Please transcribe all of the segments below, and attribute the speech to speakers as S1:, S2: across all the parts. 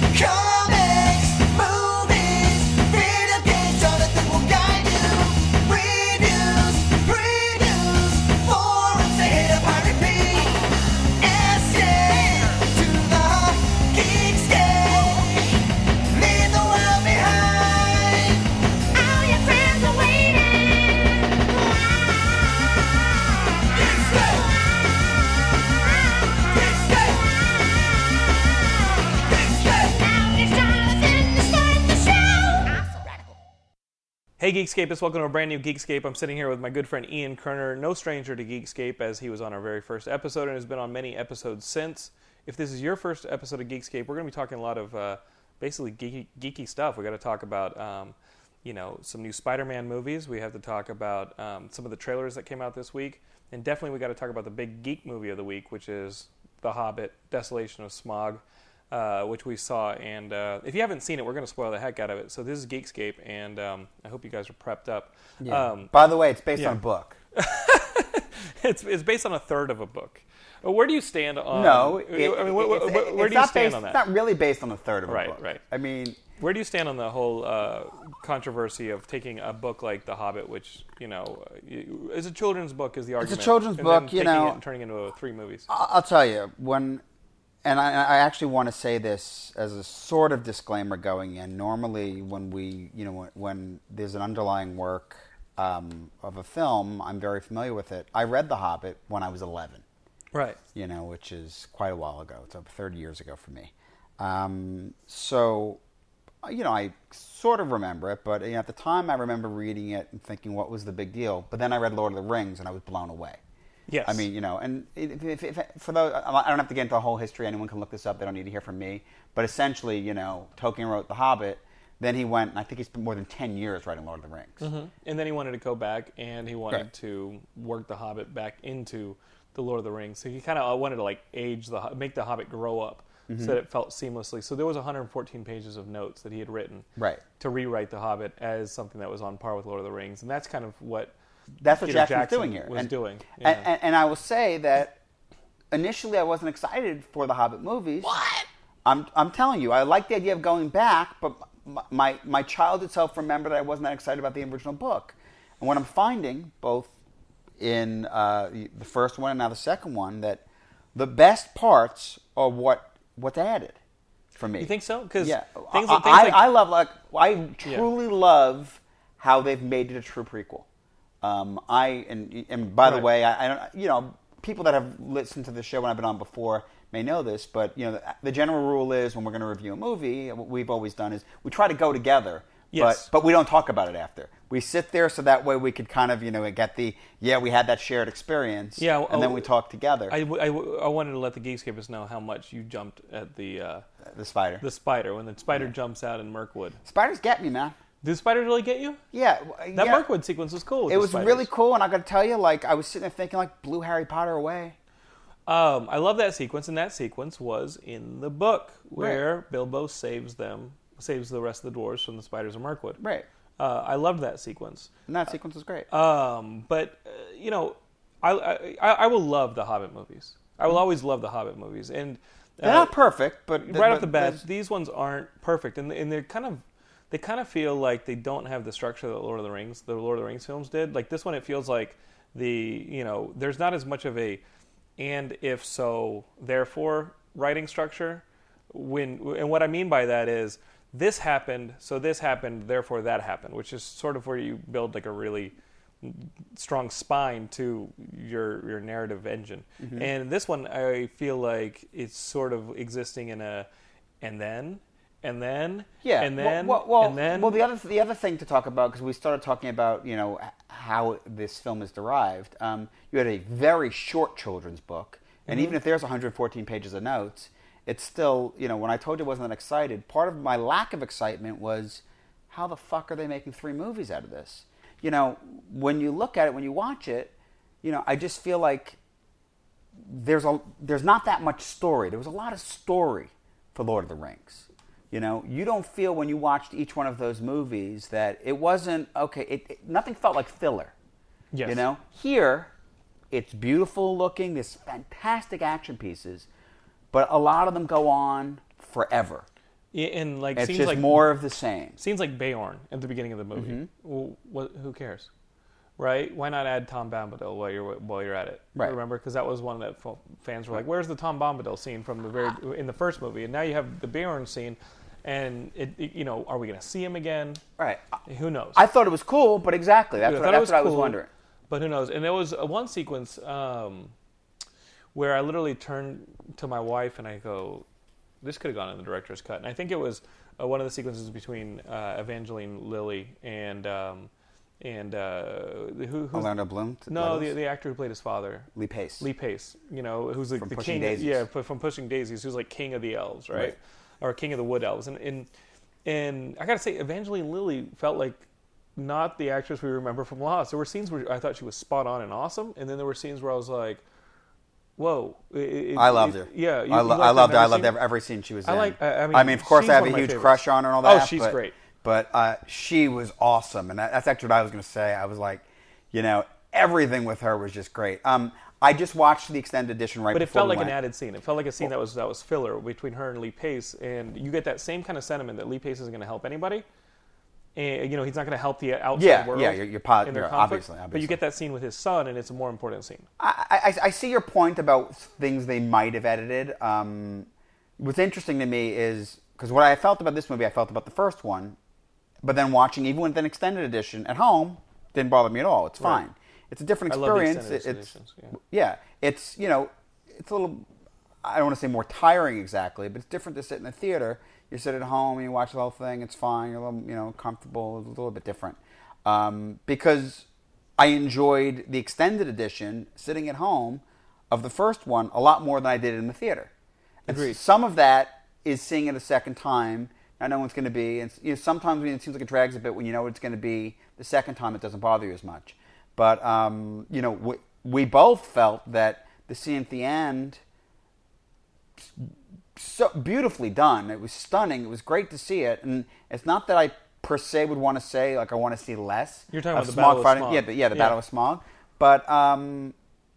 S1: Comics, movies, video games, all the things will guide you. Reviews, previews, forums, they hit up, I repeat. Escape to the geekscape. Leave the world behind. All your friends are waiting. Geekscape. Geekscape.
S2: Hey Geekscapists, welcome to a brand new Geekscape. I'm sitting here with my good friend Ian Kerner, no stranger to Geekscape as he was on our very first episode and has been on many episodes since. If this is your first episode of Geekscape, we're going to be talking a lot of uh, basically geeky, geeky stuff. we got to talk about, um, you know, some new Spider-Man movies. We have to talk about um, some of the trailers that came out this week. And definitely we got to talk about the big geek movie of the week, which is The Hobbit, Desolation of Smog uh, which we saw. And uh, if you haven't seen it, we're going to spoil the heck out of it. So this is Geekscape, and um, I hope you guys are prepped up. Um,
S3: By the way, it's based on a book.
S2: it's, it's based on a third of a book. Uh, Where do you stand on?
S3: No,
S2: I
S3: it-
S2: mean, wh- wh-
S3: it's-
S2: wh- where,
S3: it's
S2: do you
S3: not
S2: stand
S3: based-
S2: on that?
S3: It's not really based on a third of
S2: Right,
S3: a book.
S2: right.
S3: I mean,
S2: Where do you stand on the whole uh, controversy of taking a book like The Hobbit, which you know uh, you- is a children's book, is the argument?
S3: children's
S2: and then
S3: book, you
S2: taking
S3: know. Uh,
S2: it and turning it into a- three movies.
S3: I- I'll tell you when, and I, I actually want to say this as a sort of disclaimer going in. Normally, when we, you know, when, when there's an underlying work um, of a film, I'm very familiar with it. I read The Hobbit when I was 11.
S2: Right.
S3: you know, which is quite a while ago. It's over 30 years ago for me. Um, so, uh, you know, I sort of remember it, but you know, at the time I remember reading it and thinking, what was the big deal? But then I read Lord of the Rings and I was blown away.
S2: Yes.
S3: I mean, you know, and if, if, if, for those, I don't have to get into the whole history. Anyone can look this up. They don't need to hear from me. But essentially, you know, Tolkien wrote The Hobbit. Then he went, and I think he spent more than 10 years writing Lord of the Rings.
S2: And then he wanted to go back and he wanted
S3: Right.
S2: to work the Hobbit back into the Lord of the Rings. So he kind of wanted to like age the Ho- make the Hobbit grow up
S3: Mm-hmm.
S2: so that it felt seamlessly. So there was 114 pages of notes that he had written
S3: Right.
S2: to rewrite the Hobbit as something that was on par with Lord of the Rings. And that's kind of what
S3: That's what
S2: Peter
S3: Jackson's
S2: Jackson
S3: doing here.
S2: was
S3: and,
S2: doing,
S3: and-
S2: yeah.
S3: and, and I will say that initially I wasn't excited for the Hobbit movies. What? I'm, I'm telling you, I like the idea of going back, but my, my, my childhood self remembered I wasn't that excited about the original book. And what I'm finding, both in uh, the first one and now the second one, that the best parts are what what's added for me.
S2: You think so? 'Cause
S3: yeah,
S2: things-
S3: I,
S2: things
S3: I,
S2: like-
S3: I love like I truly love how they've made it a true prequel. Um, I and and by the
S2: Right.
S3: way, I, I don't you know people that have listened to the show when I've been on before may know this, but you know the, the general rule is when we're going to review a movie, what we've always done is we try to go together,
S2: Yes.
S3: but but we don't talk about it after. We sit there so that way we could kind of you know get the yeah we had that shared experience
S2: Yeah,
S3: and then
S2: oh,
S3: we talk together.
S2: I, w- I w- I wanted to let the Geekscapers know how much you jumped at the uh,
S3: the spider,
S2: the spider when the spider jumps out in Mirkwood.
S3: spiders get me, man.
S2: Did the spider really get you?
S3: Yeah,
S2: That
S3: yeah.
S2: Mirkwood sequence was cool. with
S3: It
S2: the
S3: was
S2: spiders.
S3: really cool, and I gotta tell you, like I was sitting there thinking, like, blew Harry Potter away.
S2: Um, I love that sequence, and that sequence was in the book where Bilbo saves them, saves the rest of the dwarves from the spiders of Mirkwood.
S3: Right.
S2: Uh, I loved that sequence.
S3: And that sequence was great.
S2: Um, but uh, you know, I, I I I will love the Hobbit movies. I will always love the Hobbit movies, and uh,
S3: They're not perfect, but
S2: right off the
S3: but
S2: bat,
S3: there's-
S2: these ones aren't perfect, and and they're kind of they kind of feel like they don't have the structure that Lord of the Rings, the Lord of the Rings films did. Like this one, it feels like the you know there's not as much of a and if so therefore writing structure. When and what I mean by that is this happened, so this happened, therefore that happened, which is sort of where you build like a really strong spine to your your narrative engine.
S3: Mm-hmm.
S2: And this one, I feel like it's sort of existing in a and then and then
S3: Yeah.
S2: and then
S3: well, well, well,
S2: and then
S3: well, the other the other thing to talk about because we started talking about you know h- how this film is derived. Um, you had a very short children's book, and
S2: Mm-hmm.
S3: even if there's 114 pages of notes, it's still you know when I told you I wasn't that excited, part of my lack of excitement was how the fuck are they making three movies out of this? You know, when you look at it, when you watch it, you know, I just feel like there's a there's not that much story. There was a lot of story for Lord of the Rings. You know, you don't feel when you watched each one of those movies that it wasn't okay. It, it- nothing felt like filler.
S2: Yes.
S3: You know, here it's beautiful looking. There's fantastic action pieces, but a lot of them go on forever.
S2: Yeah, and like
S3: It's
S2: seems
S3: just
S2: like
S3: more Mm-hmm. of the same.
S2: scenes like Bayorn at the beginning of the movie. Well, what, who cares, right? Why not add Tom Bombadil while you're while you're at it?
S3: Right.
S2: Remember, because that was one that fa- fans were like, "Where's the Tom Bombadil scene from the very in the first movie?" And now you have the Bayorn scene, and it, it- you know, are we going to see him again?
S3: Right.
S2: Who knows?
S3: I thought it was cool, but exactly that's
S2: I
S3: what,
S2: thought it
S3: that's
S2: was
S3: what I was
S2: cool,
S3: wondering.
S2: But who knows? And there was uh, one sequence um, where I literally turned to my wife and I go, "This could have gone in the director's cut." And I think it was uh, one of the sequences between uh, Evangeline Lilly and um, and uh, who, who's
S3: Orlando Bloom.
S2: No, the, the actor who played his father,
S3: Lee Pace.
S2: Lee Pace. You know, who's like
S3: From
S2: the
S3: Pushing
S2: king.
S3: Daisies.
S2: Yeah, pu- from Pushing Daisies, who's like king of the elves, right?
S3: Right.
S2: Or king of the wood elves, and and and I gotta say, Evangeline Lilly felt like not the actress we remember from Lost. There were scenes where I thought she was spot on and awesome, and then there were scenes where I was like, "Whoa!" it- it-
S3: I loved
S2: it-
S3: her.
S2: Yeah, you-
S3: I,
S2: you
S3: lo-
S2: liked
S3: I loved her. I
S2: every
S3: loved
S2: scene?
S3: every, every scene she was
S2: I
S3: in.
S2: like- I- I mean,
S3: of course,
S2: she's
S3: I have
S2: one of
S3: a
S2: my
S3: huge
S2: favorites.
S3: crush on her and all
S2: Oh,
S3: that.
S2: she's
S3: but,
S2: great.
S3: But uh, she was awesome, and that, that's actually what I was going to say. I was like, you know, everything with her was just great. Um, I just watched the extended edition right
S2: But it
S3: before
S2: felt
S3: we
S2: like an
S3: went.
S2: added scene. It felt like a scene that was that was filler between her and Lee Pace, and you get that same kind of sentiment that Lee Pace isn't going to help anybody. And, you know, he's not going to help the outside
S3: Yeah,
S2: world.
S3: yeah, you're- you're posi-
S2: in their
S3: yeah,
S2: conflict,
S3: obviously,
S2: But you
S3: obviously.
S2: get that scene with his son, and it's a more important scene.
S3: I, I, I see your point about things they might have edited. Um, what's interesting to me is because what I felt about this movie, I felt about the first one, but then watching even with an extended edition at home didn't bother me at all. It's fine. It's a different
S2: I love the
S3: experience.
S2: extended
S3: It- it's
S2: editions,
S3: yeah. It's you know, it's a little. I don't want to say more tiring exactly, but it's different to sit in the theater. You sit at home, you watch the whole thing. It's fine. You're a little, you know, comfortable. It's a little bit different um, because I enjoyed the extended edition sitting at home of the first one a lot more than I did in the theater. And
S2: Agreed.
S3: some of that is seeing it a second time. I know it's going to be, and you know, sometimes when it seems like it drags a bit, when you know it's going to be the second time, it doesn't bother you as much. But um, you know, we, we both felt that the scene at the end so beautifully done. It was stunning. It was great to see it, and it's not that I per se would want to say like I want to see less.
S2: You're talking
S3: of
S2: about the
S3: smog
S2: Battle of
S3: fighting.
S2: Smog.
S3: Yeah, but yeah, the
S2: Yeah.
S3: Battle of Smog. But um,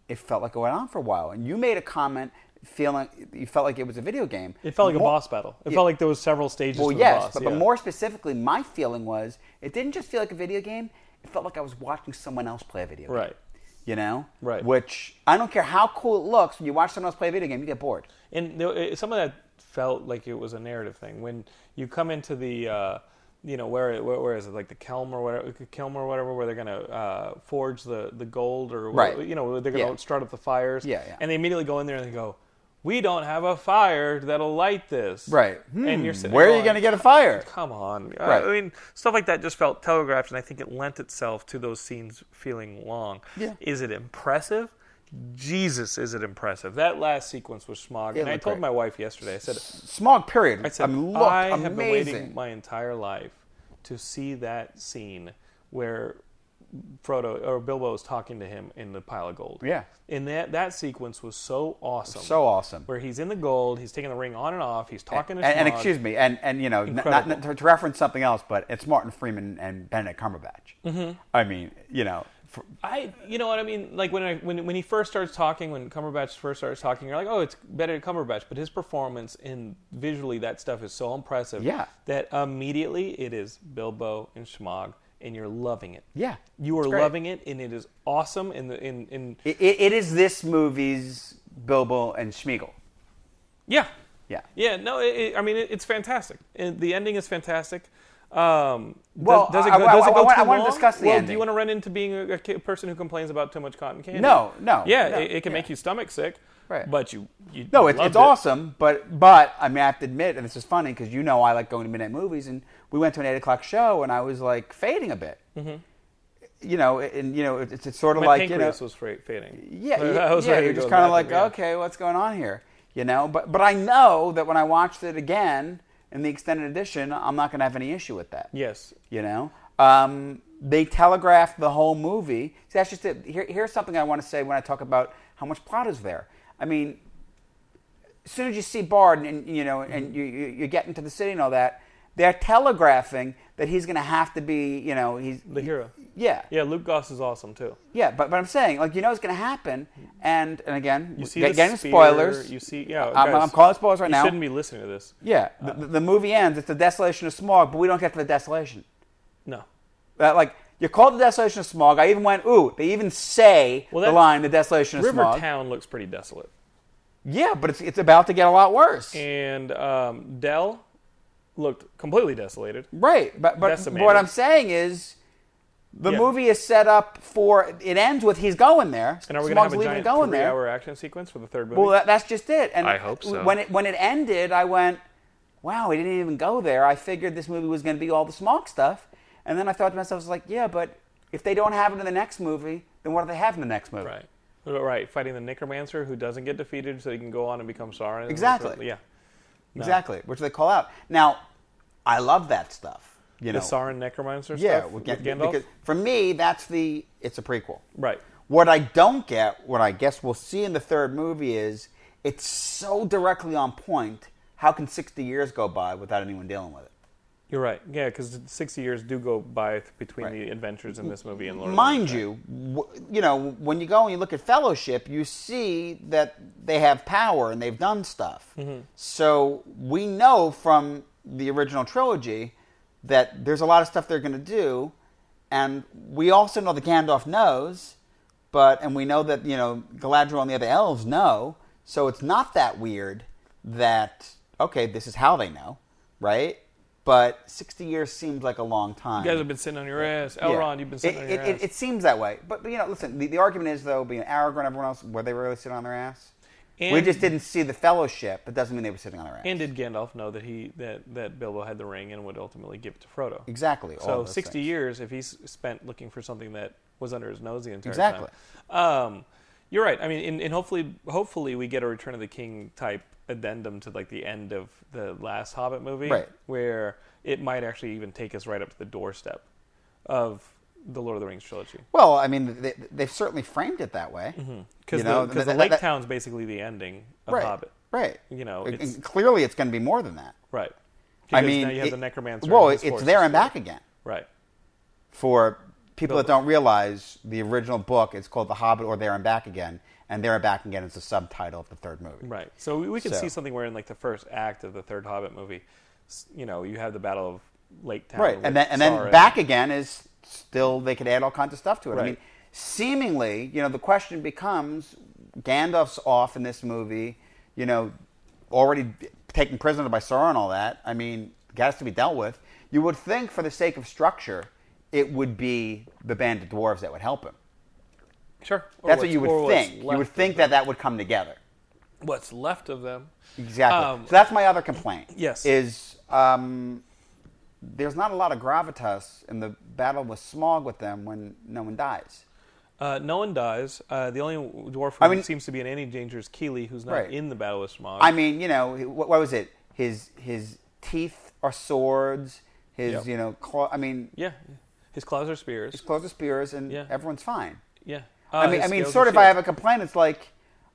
S3: it felt like it went on for a while, and you made a comment feeling you felt like it was a video game.
S2: It felt like
S3: More-
S2: a boss battle. It
S3: Yeah.
S2: felt like there was several stages
S3: Well,
S2: to the
S3: yes,
S2: boss.
S3: but,
S2: yeah.
S3: but more specifically, my feeling was it didn't just feel like a video game. It felt like I was watching someone else play a video game.
S2: Right.
S3: You know.
S2: Right.
S3: Which I don't care how cool it looks when you watch someone else play a video game, you get bored.
S2: and there, it- some of that felt like it was a narrative thing when you come into the uh, you know where, where where is it like the kelm or whatever kelm or whatever where thhere they're gonna uh, forge the the gold or wh-
S3: Right.
S2: you know they're gonna
S3: Yeah.
S2: start up the fires
S3: Yeah, yeah.
S2: and they immediately go in there and they go we don't have a fire that'll light this
S3: Right.
S2: and you're sitting
S3: Hmm. Where
S2: there
S3: are you
S2: going,
S3: going to get a fire?
S2: come on I-
S3: Right.
S2: I mean stuff like that just felt telegraphed and I think it lent itself to those scenes feeling long
S3: Yeah.
S2: is it impressive. Jesus, is it impressive? That last sequence was smog, and I
S3: looked
S2: told
S3: great.
S2: my wife yesterday. I said,
S3: Smog period.
S2: I
S3: I,
S2: said, I,
S3: mean, looked
S2: have been
S3: amazing.
S2: waiting my entire life to see that scene where Frodo or Bilbo is talking to him in the pile of gold.
S3: Yeah.
S2: and that that sequence was so awesome,
S3: So awesome.
S2: Where he's in the gold, he's taking the ring on and off, he's talking
S3: and,
S2: to
S3: and
S2: Smaug.
S3: excuse me, and and you know, n- not,
S2: Incredible.
S3: not to, to reference something else, but it's Martin Freeman and Benedict Cumberbatch.
S2: Mm-hmm.
S3: I mean, you know, fr-
S2: I, you know what I mean? Like when I when when he first starts talking, when Cumberbatch first starts talking, you're like, oh, it's Benedict Cumberbatch. But his performance and visually that stuff is so impressive.
S3: Yeah.
S2: That immediately it is Bilbo and Schmog, and you're loving it.
S3: Yeah,
S2: You
S3: it's
S2: are
S3: great.
S2: loving it, and it is awesome. And the in in
S3: it, it, it is this movie's Bilbo and Schmiegel.
S2: yeah
S3: Yeah.
S2: yeah no, it, it, I mean it, it's fantastic. And the ending is fantastic. Um,
S3: Well,
S2: does, does it
S3: I-
S2: go,
S3: I-
S2: does it
S3: I-
S2: go
S3: I want-
S2: too
S3: I wanna
S2: long?
S3: discuss the
S2: well, Do
S3: ending.
S2: you want to run into being a, a ki- person who complains about too much cotton candy?
S3: No, no,
S2: Yeah,
S3: no,
S2: it, it can
S3: yeah.
S2: make you stomach sick.
S3: Right.
S2: But you, you
S3: No,
S2: you
S3: it's,
S2: loved
S3: it's
S2: it.
S3: awesome, but but I mean I have to admit, and this is funny because you know I like going to midnight movies, and we went to an eight o'clock show, and I was like fading a bit. You know, and you know it- it's, it's sort of
S2: My
S3: like you know,
S2: Mm-hmm. pancreas was fra- fading.
S3: yeah,
S2: I
S3: yeah,
S2: was
S3: yeah
S2: ready
S3: you're
S2: to
S3: just
S2: go
S3: kind of
S2: back
S3: like
S2: and- yeah.
S3: okay, what's going on here? You know, but but I know that when I watched it again in the extended edition, I'm not going to have any issue with that.
S2: Yes.
S3: You know, um, they telegraphed the whole movie. See, that's just it. Here, here's something I want to say when I talk about how much plot is there. I mean, as soon as you see Bard and, and, you know,
S2: Mm-hmm.
S3: and you, you you get into the city and all that, they're telegraphing that he's going to have to be, you know, he's
S2: The hero.
S3: Yeah,
S2: Yeah, Luke Goss is awesome too.
S3: yeah, but but I'm saying like you know it's going to happen, and and again,
S2: You
S3: you
S2: see
S3: get,
S2: the
S3: getting
S2: spear,
S3: spoilers.
S2: You see, yeah.
S3: I'm,
S2: guys,
S3: I'm calling spoilers right
S2: you
S3: now.
S2: shouldn't be listening to this.
S3: Yeah, the, the- the movie ends. It's the desolation of smog, but we don't get to the desolation.
S2: No.
S3: That like you call the desolation of smog. I even went ooh. They even say
S2: Well,
S3: the
S2: that-
S3: line the desolation of
S2: River
S3: smog.
S2: Town looks pretty desolate,
S3: Yeah, but it's it's about to get a lot worse.
S2: and um, Dell looked completely desolated.
S3: Right, but but, but
S2: Decimated.
S3: what I'm saying is. The
S2: Yeah.
S3: movie is set up for it ends with he's going there.
S2: And are we going
S3: Smog's
S2: to
S3: leaving
S2: have a
S3: and
S2: giant
S3: going there.
S2: three-hour action sequence for the third movie?
S3: Well, that, that's just it. And
S2: I hope so.
S3: When it when it ended, I went, "Wow, we didn't even go there." I figured this movie was going to be all the smog stuff, and then I thought to myself, I was like, "Yeah, but if they don't have it in the next movie, then what do they have in the next movie?"
S2: right, right. Fighting the Necromancer, who doesn't get defeated, so he can go on and become Sauron.
S3: Exactly.
S2: Yeah.
S3: Exactly, which they call out. Now, I love that stuff. You
S2: The
S3: know,
S2: Sauron Necromancer
S3: yeah,
S2: stuff
S3: with
S2: with
S3: Gan-
S2: Gandalf.
S3: because for me, that's the it's a prequel.
S2: right.
S3: What I don't get, what I guess we'll see in the third movie is it's so directly on point. How can 60 years go by without anyone dealing with it?
S2: You're right. Yeah, because 60 years do go by th- between
S3: Right.
S2: the adventures in this movie and Lord of the
S3: mind
S2: Rings, right?
S3: you, w- you know, when you go and you look at Fellowship, you see that they have power and they've done stuff.
S2: Mm-hmm.
S3: So we know from the original trilogy that there's a lot of stuff they're going to do, and we also know that Gandalf knows, but and we know that you know Galadriel and the other elves know. So it's not that weird that okay, this is how they know, right? But sixty years seems like a long time.
S2: You guys have been sitting on your ass.
S3: Yeah.
S2: Elrond, Oh, you've been sitting
S3: it,
S2: on your
S3: it,
S2: ass.
S3: It, it seems that way, but, but you know, listen. The, the argument is though, being Aragorn, everyone else, were they really sitting on their ass? we
S2: And-
S3: just didn't see the Fellowship. It doesn't mean they were sitting on their ass.
S2: and did Gandalf know that he that, that Bilbo had the ring and would ultimately give it to Frodo?
S3: Exactly, all
S2: So
S3: those
S2: 60
S3: things.
S2: years, if he's spent looking for something that was under his nose the entire
S3: Exactly.
S2: time. Um, you're right. I mean, and, and hopefully, hopefully we get a Return of the King type addendum to like the end of the last Hobbit movie,
S3: Right.
S2: Where it might actually even take us right up to the doorstep of the Lord of the Rings trilogy.
S3: well, I mean, they, they've certainly framed it that way.
S2: Because
S3: You know,
S2: the,
S3: that-
S2: 'cause the
S3: that-
S2: Lake
S3: that-
S2: Town's basically the ending of
S3: right,
S2: Hobbit.
S3: right.
S2: You know,
S3: And-
S2: it's-
S3: and clearly it's going to be more than that.
S2: Right.
S3: I
S2: Because
S3: mean,
S2: now you have
S3: it-
S2: the necromancer.
S3: Well,
S2: and his
S3: it's
S2: forces.
S3: there and back again
S2: Right.
S3: for people
S2: No,
S3: that
S2: but-
S3: don't realize the original book. It's called The Hobbit or There and Back Again, and There and Back Again is the subtitle of the third movie.
S2: Right. So we, we could
S3: So-
S2: see something where in like the first act of the third Hobbit movie, s- you know, you have the Battle of Lake Town.
S3: right
S2: with
S3: and then and then
S2: Sauron.
S3: back again is still they could add all kinds of stuff to it i
S2: Right.
S3: mean seemingly you know the question becomes gandalf's off in this movie you know already taken prisoner by sauron and all that i mean it has to be dealt with you would think for the sake of structure it would be the band of dwarves that would help him
S2: Sure. Or
S3: that's what
S2: what's-
S3: you
S2: or
S3: would
S2: what's
S3: think
S2: left
S3: you would
S2: of
S3: think
S2: them.
S3: that that would come together
S2: what's left of them.
S3: Exactly.
S2: Um,
S3: so that's my other complaint.
S2: Yes.
S3: Is um, there's not a lot of gravitas in the battle with Smog with them when no one dies.
S2: Uh, no one dies. Uh, the only dwarf who
S3: I mean-
S2: seems to be in any danger is Keeley, who's not
S3: Right.
S2: in the Battle of Smog.
S3: I mean, you know, what, what was it? His his teeth are swords. His
S2: Yep.
S3: you know, claw, I mean,
S2: yeah. His claws are spears.
S3: his clothes are spears, and
S2: Yeah.
S3: everyone's fine.
S2: yeah.
S3: I
S2: Uh, his
S3: mean, I mean,
S2: scales are
S3: sort of. I
S2: shields.
S3: have a complaint. It's like,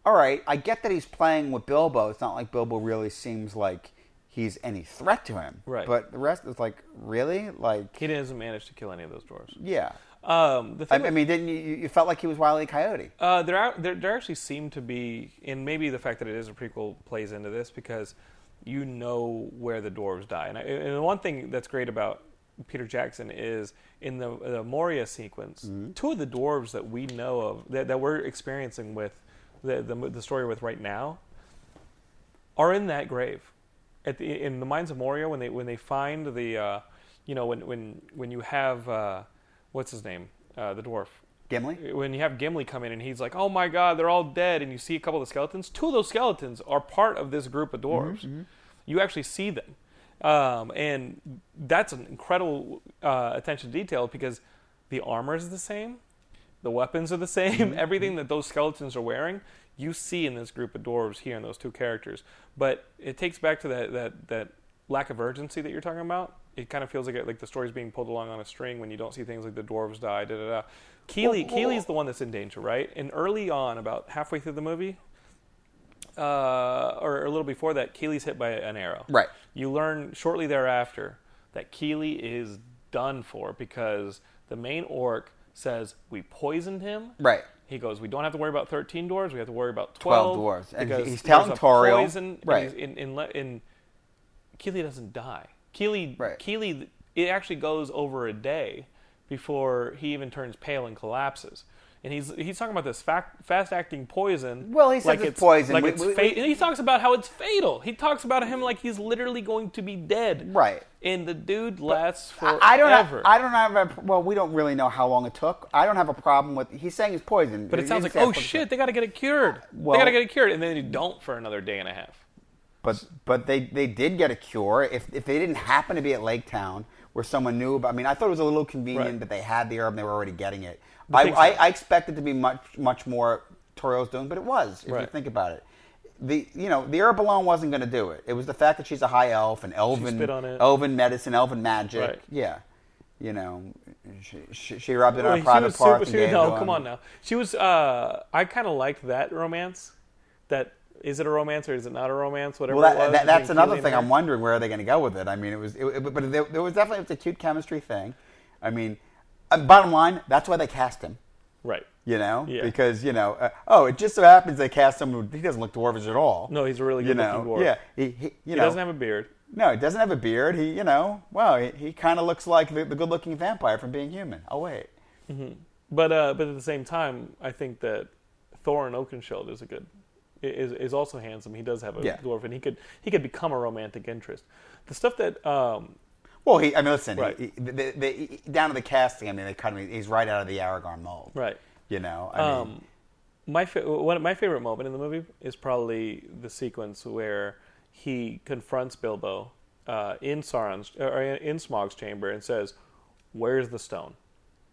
S3: all right, I get that he's playing with Bilbo. It's not like Bilbo really seems like he's any threat to him.
S2: Right.
S3: But the rest is like, really, like,
S2: He doesn't manage to kill any of those dwarves.
S3: yeah.
S2: Um, the
S3: I,
S2: thing
S3: I mean, didn't you, you you felt like he was Wiley Coyote?
S2: Uh, there, are, there, there actually seem to be, and maybe the fact that it is a prequel plays into this because you know where the dwarves die. And, I, and the one thing that's great about Peter Jackson is in the, the Moria sequence, two of the dwarves that we know of, that, that we're experiencing with, the, the, the story with right now, are in that grave. At the, in the mines of Moria, when they when they find the, uh, you know, when when when you have uh, what's his name, uh, the dwarf,
S3: Gimli?
S2: when you have Gimli come in and he's like, "Oh my God, they're all dead," and you see a couple of the skeletons. Two of those skeletons are part of this group of dwarves. You actually see them, um, and that's an incredible uh, attention to detail because the armor is the same, the weapons are the same, everything that those skeletons are wearing. You see in this group of dwarves here in those two characters, but it takes back to that that that lack of urgency that you're talking about. It kind of feels like it, like the story's being pulled along on a string when you don't see things like the dwarves die, da da da. Keely Keely's the one that's in danger, right? And early on, about halfway through the movie, uh, or a little before that, Keely's hit by an arrow.
S3: Right.
S2: You learn shortly thereafter that Keely is done for because the main orc says we poisoned him.
S3: Right.
S2: He goes, we don't have to worry about thirteen dwarves. We have to worry about
S3: 12
S2: twelve,
S3: dwarves." And
S2: because
S3: he's telling
S2: there's a
S3: Toriel-
S2: poison- and
S3: right.
S2: he's In, in, le- in Keely doesn't die. Keely,
S3: Right.
S2: Keely, it actually goes over a day before he even turns pale and collapses. And he's he's talking about this fast acting poison.
S3: Well, he says it's poison.
S2: Like
S3: We-
S2: it's
S3: we-
S2: fa-
S3: we-
S2: and he talks about how it's fatal. He talks about him like he's literally going to be dead.
S3: Right.
S2: And the dude lasts for
S3: I don't
S2: ever.
S3: have. I don't have. A, well, we don't really know how long it took. I don't have a problem with. He's saying it's poison,
S2: but it sounds like oh shit, they got to get it cured.
S3: Well-
S2: they got to get it cured, and then you don't for another day and a half.
S3: But but they, they did get a cure. If if they didn't happen to be at Lake Town where someone knew about, I mean, I thought it was a little convenient
S2: Right.
S3: that they had the herb and they were already getting it. I,
S2: thing's
S3: I,
S2: not-
S3: I expected to be much much more Torio's doing, but it was. If you
S2: Right.
S3: think about it, the you know the herb alone wasn't going to do it. It was the fact that she's a high elf and elven
S2: spit on it.
S3: elven medicine, elven magic.
S2: Right.
S3: Yeah, you know, she, she, she rubbed it on a
S2: Well,
S3: private park.
S2: super-
S3: and
S2: she-
S3: gave it
S2: no,
S3: to
S2: come
S3: him.
S2: on now. She was. Uh, I kind of liked that romance. That is it a romance or is it not a romance? Whatever.
S3: Well,
S2: it
S3: that,
S2: was
S3: that, that's
S2: between
S3: another
S2: Keely and
S3: thing.
S2: her.
S3: I'm wondering where are they going to go with it. I mean, it was, it, it- but there, there was definitely it was a cute chemistry thing. I mean, uh, bottom line, that's why they cast him.
S2: Right.
S3: You know,
S2: Yeah.
S3: because you know, uh, oh, it just so happens they cast someone who he doesn't look dwarvish at all.
S2: No, he's a really
S3: you know,
S2: good-looking dwarf.
S3: yeah, he, he you
S2: He
S3: know,
S2: doesn't have a beard.
S3: no, he doesn't have a beard. He, you know, wow, he, he kind of looks like the, the good-looking vampire from Being Human. Oh wait,
S2: But uh, but at the same time, I think that Thorin Oakenshield is a good is is also handsome. He does have a
S3: Yeah.
S2: dwarf, and he could he could become a romantic interest. The stuff that um,
S3: well, he, I mean, listen,
S2: Right.
S3: he, he, the, the, he- down to the casting. I mean, they cut him. He's right out of the Aragorn mold.
S2: right
S3: You know, I mean,
S2: um, my fa- one of my favorite moment in the movie is probably the sequence where he confronts Bilbo uh, in Sauron's or in in Smog's chamber and says, "Where's the stone?"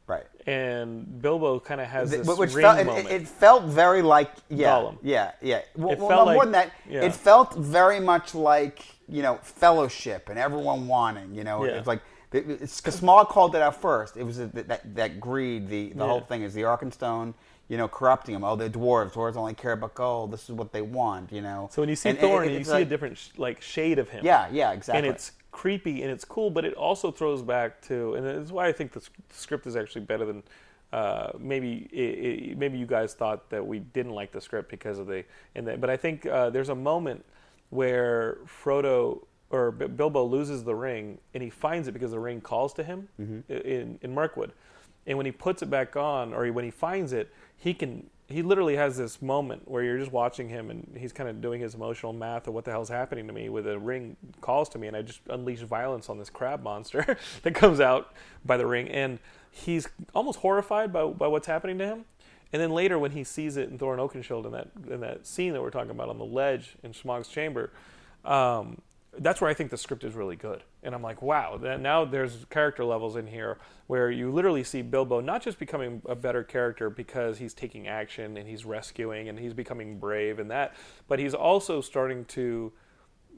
S3: right.
S2: And Bilbo kind of has
S3: Th-
S2: this
S3: which
S2: ring
S3: felt, it-
S2: moment.
S3: it, it felt very like yeah,
S2: Gollum.
S3: yeah, yeah. Well,
S2: It
S3: well,
S2: felt
S3: no,
S2: like-
S3: more than that,
S2: yeah.
S3: it felt very much like you know fellowship and everyone wanting. You know,
S2: Yeah.
S3: it's like because Smog called it out first. It was a, that that greed. The the whole
S2: Yeah.
S3: thing is the Arkenstone. You know, corrupting them. Oh, the dwarves. Dwarves only care about gold. This is what they want. You know.
S2: So when you see
S3: And- and
S2: Thorin,
S3: it-
S2: you
S3: it's
S2: see a
S3: like-
S2: different sh- like shade of him.
S3: Yeah, yeah, exactly.
S2: And it's creepy and it's cool, but it also throws back to, and that's why I think the s- the script is actually better than uh, maybe i i maybe you guys thought that we didn't like the script because of the and the, but I think uh, there's a moment where Frodo or B- Bilbo loses the ring and he finds it because the ring calls to him
S3: Mm-hmm.
S2: i- in in Mirkwood, and when he puts it back on or when he finds it, he can he literally has this moment where you're just watching him and he's kind of doing his emotional math of what the hell's happening to me with a ring calls to me and I just unleash violence on this crab monster that comes out by the ring and he's almost horrified by, by what's happening to him and then later when he sees it in Thorin Oakenshield in that in that scene that we're talking about on the ledge in Schmog's chamber um, that's where I think the script is really good. And I'm like, wow, that, now there's character levels in here where you literally see Bilbo not just becoming a better character because he's taking action and he's rescuing and he's becoming brave and that, but he's also starting to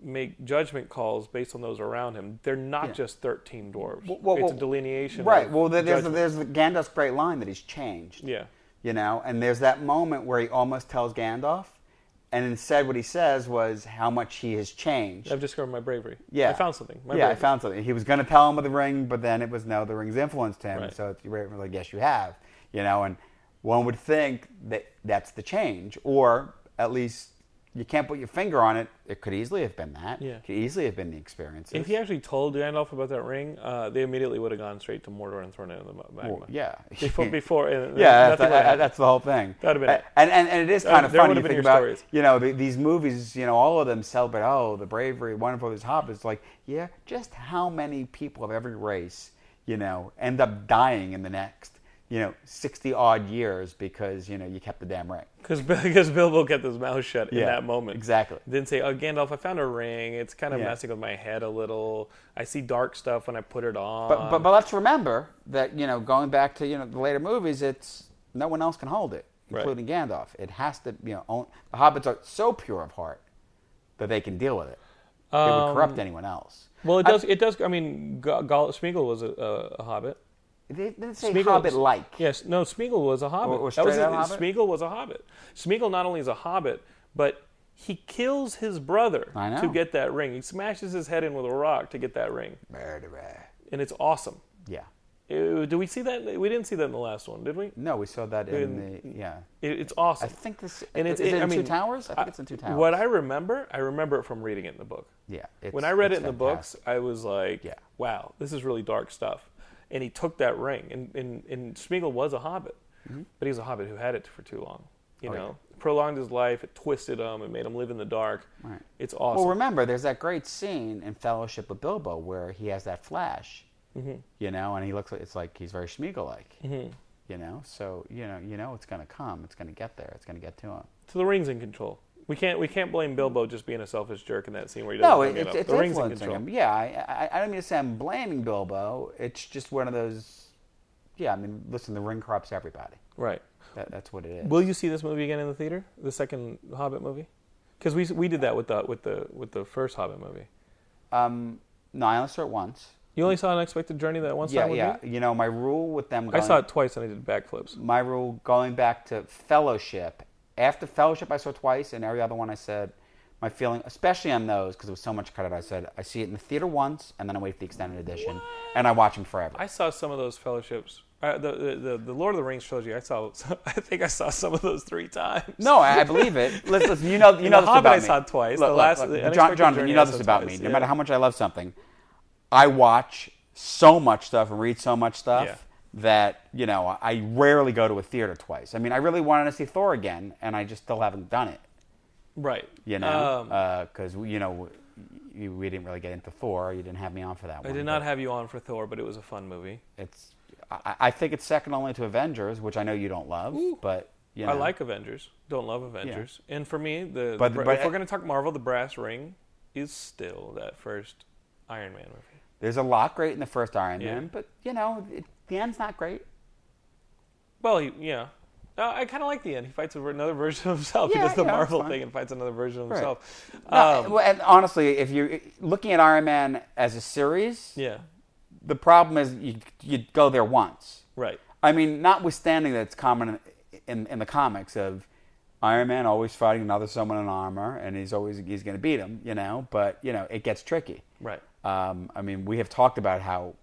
S2: make judgment calls based on those around him. They're not just 13 dwarves.
S3: well,
S2: it's
S3: well,
S2: a delineation.
S3: Right.
S2: of
S3: Well, there- there's
S2: judgment.
S3: there's the Gandalf's great line that he's changed.
S2: Yeah.
S3: You know, and there's that moment where he almost tells Gandalf, and instead what he says was how much he has changed.
S2: I've discovered my bravery.
S3: Yeah.
S2: I found something. My
S3: yeah, I
S2: bravery.
S3: found something. He was going to tell him with the ring, but then it was no, the ring's influenced him.
S2: Right.
S3: So it's you're like, yes, you have. You know, and one would think that that's the change, or at least you can't put your finger on it. It could easily have been that.
S2: Yeah.
S3: It could easily have been the experiences.
S2: If he actually told Gandalf about that ring, uh, they immediately would have gone straight to Mordor and thrown it in the ma- magma.
S3: Well, yeah.
S2: Before, before, and
S3: yeah, that's,
S2: nothing would have
S3: that-
S2: happened.
S3: that's the whole thing.
S2: That would've been it.
S3: And, and and it is kind
S2: Uh,
S3: of
S2: there
S3: funny
S2: would've
S3: to
S2: been
S3: think
S2: your
S3: about.
S2: stories.
S3: You know, the, these movies. You know, all of them celebrate. Oh, the bravery, wonderful, this hobbits. Like, yeah, just how many people of every race, you know, end up dying in the next. you know, 60 odd years because, you know, you kept the damn ring.
S2: Because because Bilbo kept his mouth shut in
S3: Yeah,
S2: that moment.
S3: exactly.
S2: Didn't say, "Oh, Gandalf, I found a ring. It's kind of
S3: Yeah.
S2: messing with my head a little. I see dark stuff when I put it on."
S3: But, but, but let's remember that, you know, going back to, you know, the later movies, it's no one else can hold it,
S2: Right.
S3: including Gandalf. It has to, you know, own, the hobbits are so pure of heart that they can deal with it. it would corrupt
S2: Um,
S3: anyone else.
S2: well, it does. it does. I mean, Ga- Gal- Smeagol was a, a, a hobbit.
S3: They, they didn't say
S2: Smeagol-
S3: hobbit-like.
S2: Yes, no, Smeagol was a hobbit.
S3: or
S2: that was
S3: straight
S2: it.
S3: out hobbit?
S2: Smeagol was a hobbit. Smeagol not only is a hobbit, but he kills his brother
S3: I know.
S2: to get that ring. He smashes his head in with a rock to get that ring,
S3: Murderer.
S2: and it's awesome.
S3: Yeah.
S2: Uh, Do we see that? We didn't see that in the last one, did we?
S3: No, we saw that in,
S2: In-
S3: the, yeah.
S2: It, it's awesome.
S3: I think this-
S2: and it's
S3: is it in
S2: I
S3: Two
S2: mean,
S3: Towers? I think it's in Two Towers.
S2: What I remember, I remember it from reading it in the book.
S3: Yeah,
S2: when
S3: it's-
S2: I read it
S3: it's
S2: in the books,
S3: fantastic.
S2: I was like,
S3: Yeah.
S2: "Wow, this is really dark stuff." And he took that ring, and and, and Smeagol was a hobbit, but he was a hobbit who had it for too long. You
S3: Mm-hmm. Oh, yeah.
S2: know, prolonged his life. It twisted him. It made him live in the dark.
S3: Right.
S2: It's awesome.
S3: Well, remember, there's that great scene in Fellowship with Bilbo where he has that flash,
S2: Mm-hmm.
S3: you know, and he looks like it's like he's very Schmeagle-like, you know. So you know, you know, it's gonna come, it's gonna get there, it's gonna get to him.
S2: so the ring's in control. We can't we can't blame Bilbo just being a selfish jerk in that scene where he doesn't
S3: No,
S2: bring
S3: it,
S2: it
S3: it's,
S2: up.
S3: it's
S2: the ring's in
S3: influencing
S2: control.
S3: him. Yeah, I, I, I don't mean to say I'm blaming Bilbo. It's just one of those. Yeah, I mean, listen, the ring corrupts everybody.
S2: Right.
S3: That, that's what it is.
S2: Will you see this movie again in the theater? The second Hobbit movie? Because we we did that with the with the with the first Hobbit movie.
S3: um, no, I only saw it once.
S2: You only saw Unexpected Journey that one
S3: Yeah,
S2: time with
S3: yeah.
S2: me.
S3: You know, my rule with them.
S2: I
S3: Going,
S2: saw it twice and I did backflips.
S3: my rule going back to fellowship after fellowship i saw twice and every other one i said my feeling especially on those because it was so much credit i said i see it in the theater once and then i wait for the extended edition and i watch them forever
S2: I saw some of those fellowships. Uh, the, the the the Lord of the Rings trilogy. I saw. I think I saw some of those three times.
S3: no, I, I believe it. Listen, listen, you know,
S2: In
S3: you know
S2: The
S3: this
S2: Hobbit I
S3: about me.
S2: saw twice,
S3: Look,
S2: the
S3: look,
S2: last-
S3: look,
S2: The
S3: John-
S2: Unexpected
S3: Jonathan,
S2: Journey
S3: you
S2: I
S3: know
S2: saw
S3: this about
S2: twice,
S3: me. No
S2: yeah.
S3: matter how much I love something, I watch so much stuff and read so much stuff
S2: Yeah.
S3: that you know I rarely go to a theater twice. I mean, I really wanted to see Thor again, and I just still haven't done it.
S2: Right.
S3: you know,
S2: Um,
S3: because you know we, we didn't really get into Thor. You didn't have me on for that one.
S2: I did not have you on for Thor, but it was a fun movie.
S3: It's I, I think it's second only to Avengers, which I know you don't love, but you know,
S2: I like Avengers. Don't love Avengers. And for me, the,
S3: But-
S2: the bra-
S3: but-
S2: if we're going to talk Marvel, the brass ring is still that first Iron Man movie.
S3: There's a lot great in the first Iron
S2: Yeah.
S3: Man, but you know it, the end's not great.
S2: Well, he, yeah. Uh, I kind of like the end. He fights a- another version of himself. he
S3: Yeah,
S2: does the
S3: yeah, that's
S2: Marvel
S3: fine.
S2: thing and fights another version of
S3: Right.
S2: himself.
S3: No,
S2: Um,
S3: well, and honestly, if you're looking at Iron Man as a series,
S2: yeah,
S3: the problem is you you go there once.
S2: right.
S3: I mean, notwithstanding that it's common in, in, in the comics of Iron Man always fighting another someone in armor, and he's always he's going to beat him, you know. But you know, it gets tricky.
S2: Right.
S3: Um, I mean, we have talked about how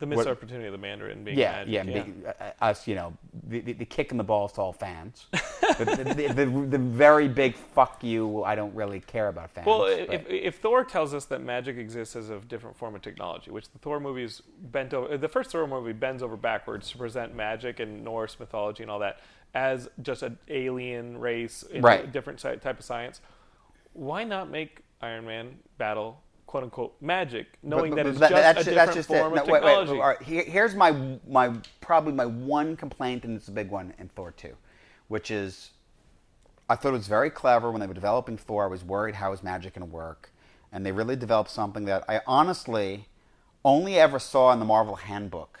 S2: The missed
S3: what-
S2: opportunity of the Mandarin being
S3: yeah,
S2: magic.
S3: yeah, big- uh, uh, us, you know, the, the, the kick in the balls to all fans, the, the, the, the very big fuck you. I don't really care about fans.
S2: Well,
S3: but-
S2: if, if Thor tells us that magic exists as a different form of technology, which the Thor movies bent over, the first Thor movie bends over backwards to present magic and Norse mythology and all that as just an alien race, in
S3: Right.
S2: a different sci- type of science. Why not make Iron Man battle "quote unquote" magic, knowing
S3: But-
S2: that
S3: but-
S2: it's
S3: but
S2: just a
S3: that's
S2: different
S3: that's just it.
S2: form
S3: No,
S2: of
S3: wait, wait,
S2: technology?
S3: all right. Here- here's my my probably my one complaint, and it's a big one in Thor two, which is I thought it was very clever when they were developing Thor. I was worried how his magic going to work, and they really developed something that I honestly only ever saw in the Marvel Handbook.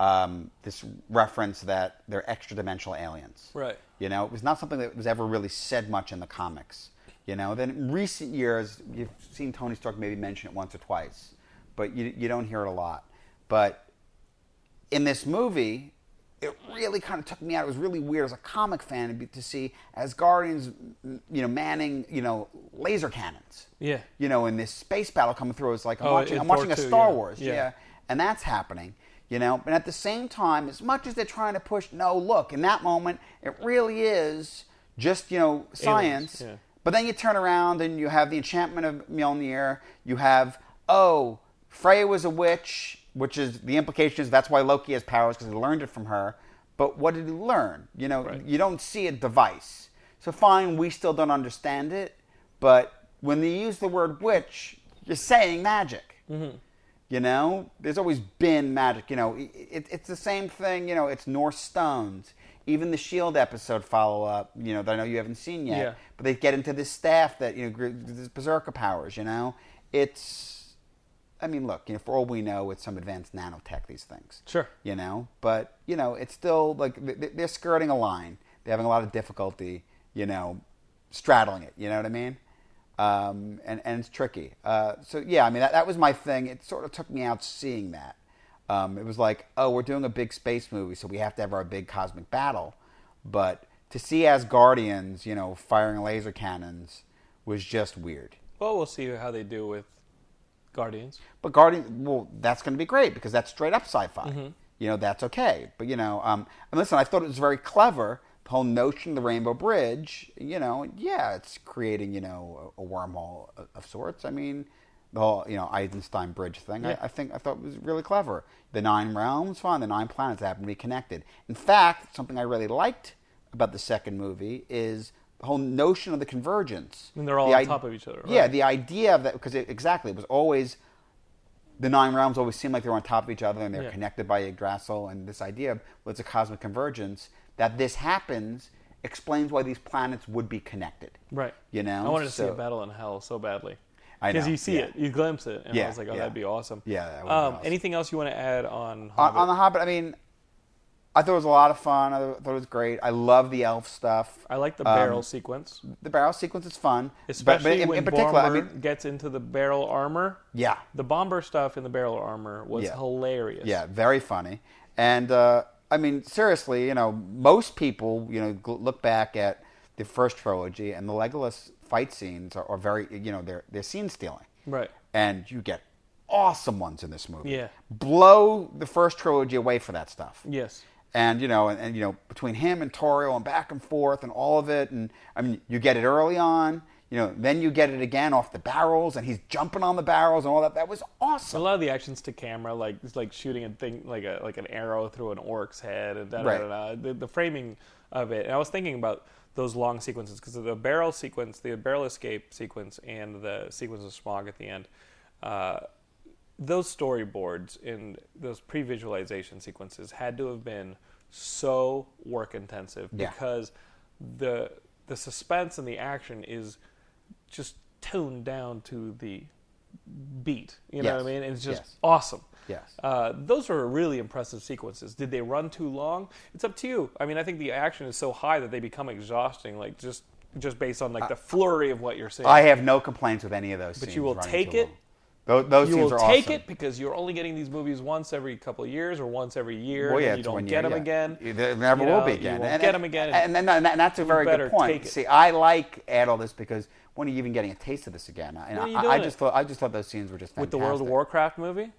S3: Um, this reference that they're extra dimensional aliens,
S2: Right.
S3: You know, it was not something that was ever really said much in the comics. You know, then in recent years, you've seen Tony Stark maybe mention it once or twice, but you, you don't hear it a lot. But in this movie, it really kind of took me out. It was really weird as a comic fan to be- to see as Guardians, you know, manning, you know, laser cannons.
S2: Yeah.
S3: You know, in this space battle coming through, it's like I'm
S2: Oh,
S3: watching,
S2: in
S3: I'm watching
S2: Thor
S3: a
S2: 2,
S3: Star
S2: yeah.
S3: Wars.
S2: Yeah.
S3: Yeah. And that's happening. You know, and at the same time, as much as they're trying to push, no, look, in that moment, it really is just, you know, science.
S2: yeah.
S3: But then you turn around and you have the enchantment of Mjolnir. You have, oh, Freya was a witch, which is the implication is that's why Loki has powers because he learned it from her. But what did he learn? You know, you don't see a device. So fine, we still don't understand it. But when they use the word witch, you're saying magic. You know, there's always been magic. You know, it, it, it's the same thing. You know, it's Norse stones. Even the Shield E episode follow up. You know, that I know you haven't seen yet,
S2: Yeah.
S3: but they get into this staff that you know, gr- this berserker powers. You know, it's. I mean, look. You know, for all we know, it's some advanced nanotech. These things.
S2: Sure.
S3: You know, but you know, it's still like th- th- they're skirting a line. They're having a lot of difficulty. You know, straddling it. You know what I mean? Um, and and it's tricky. Uh, so yeah, I mean that that was my thing. It sort of took me out seeing that. Um, it was like, oh, we're doing a big space movie, so we have to have our big cosmic battle. But to see Asgardians, you know, firing laser cannons was just weird.
S2: Well, we'll see how they do with Guardians.
S3: But Guardian, well, that's going to be great because that's straight up sci-fi.
S2: Mm-hmm.
S3: You know, that's okay. But you know, um, and listen, I thought it was very clever the whole notion of the Rainbow Bridge. You know, yeah, it's creating you know a, a wormhole of, of sorts. I mean, the whole you know Eisenstein Bridge thing. I, I think I thought was really clever. The nine realms, fine. The nine planets that happen to be connected. In fact, something I really liked about the second movie is. The whole notion of the convergence.
S2: And they're all
S3: The
S2: on
S3: id-
S2: top of each other, right?
S3: Yeah, the idea of that because it, exactly it was always the nine realms always seem like they're on top of each other and they're
S2: Yeah.
S3: connected by Yggdrasil. And this idea of well, it's a cosmic convergence that this happens explains why these planets would be connected.
S2: Right.
S3: You know.
S2: I wanted to see a
S3: So-
S2: battle in hell so badly.
S3: I
S2: Because
S3: know,
S2: you see
S3: yeah.
S2: it, you glimpse it, and I
S3: Yeah,
S2: was like, oh,
S3: yeah.
S2: that'd be awesome.
S3: Yeah, that would be
S2: um,
S3: awesome.
S2: Anything else you want to add on
S3: on,
S2: Hobbit?
S3: on the Hobbit. I mean, I thought it was a lot of fun. I thought it was great. I love the elf stuff.
S2: I like the
S3: Um,
S2: barrel sequence,
S3: The barrel sequence is fun, But-
S2: especially
S3: but in,
S2: when
S3: in particular, I
S2: Boromir
S3: mean,
S2: gets into the barrel armor.
S3: Yeah.
S2: The bomber stuff in the barrel armor was
S3: Yeah.
S2: hilarious.
S3: Yeah, very funny. And uh, I mean, seriously, you know, most people, you know, gl- look back at the first trilogy, and the Legolas fight scenes are, are very, you know, they're they're scene stealing.
S2: Right.
S3: And you get awesome ones in this movie.
S2: Yeah.
S3: Blow the first trilogy away for that stuff.
S2: Yes.
S3: And you know, and, and you know, between him and Toriel and back and forth and all of it, and I mean, you get it early on. You know, then you get it again off the barrels, and he's jumping on the barrels and all that. That was awesome.
S2: A lot of the actions to camera, like it's like shooting a thing, like a like an arrow through an orc's head, and da, da, da, da, the, the framing of it. And I was thinking about those long sequences because the barrel sequence, the barrel escape sequence, and the sequence of smog at the end. Uh, those storyboards and those pre-visualization sequences had to have been so work intensive
S3: Yeah.
S2: because the the suspense and the action is just tuned down to the beat. You know what I
S3: Yes.
S2: mean? It's just
S3: Yes.
S2: awesome.
S3: Yes.
S2: Uh, those are really impressive sequences. Did they run too long? It's up to you. I mean, I think the action is so high that they become exhausting. Like just just based on like the flurry of what you're seeing.
S3: I have no complaints with any of those. But
S2: you will take it.
S3: Those, those
S2: you
S3: scenes
S2: will
S3: are
S2: take
S3: awesome.
S2: it because you're only getting these movies once every couple of years or once every year.
S3: Well, Oh, yeah,
S2: and you
S3: it's
S2: don't
S3: one
S2: get
S3: year,
S2: them
S3: yeah.
S2: again.
S3: There never
S2: You
S3: will
S2: know,
S3: be
S2: you
S3: again.
S2: won't
S3: and,
S2: get
S3: and-
S2: them again.
S3: And, and, and that's a very
S2: better
S3: good
S2: take
S3: point.
S2: it.
S3: See, I like add all this because when are you even getting a taste of this again? And
S2: When are you
S3: I, I
S2: doing
S3: just
S2: it?
S3: thought I just thought those scenes were just
S2: With
S3: fantastic.
S2: the World of Warcraft movie,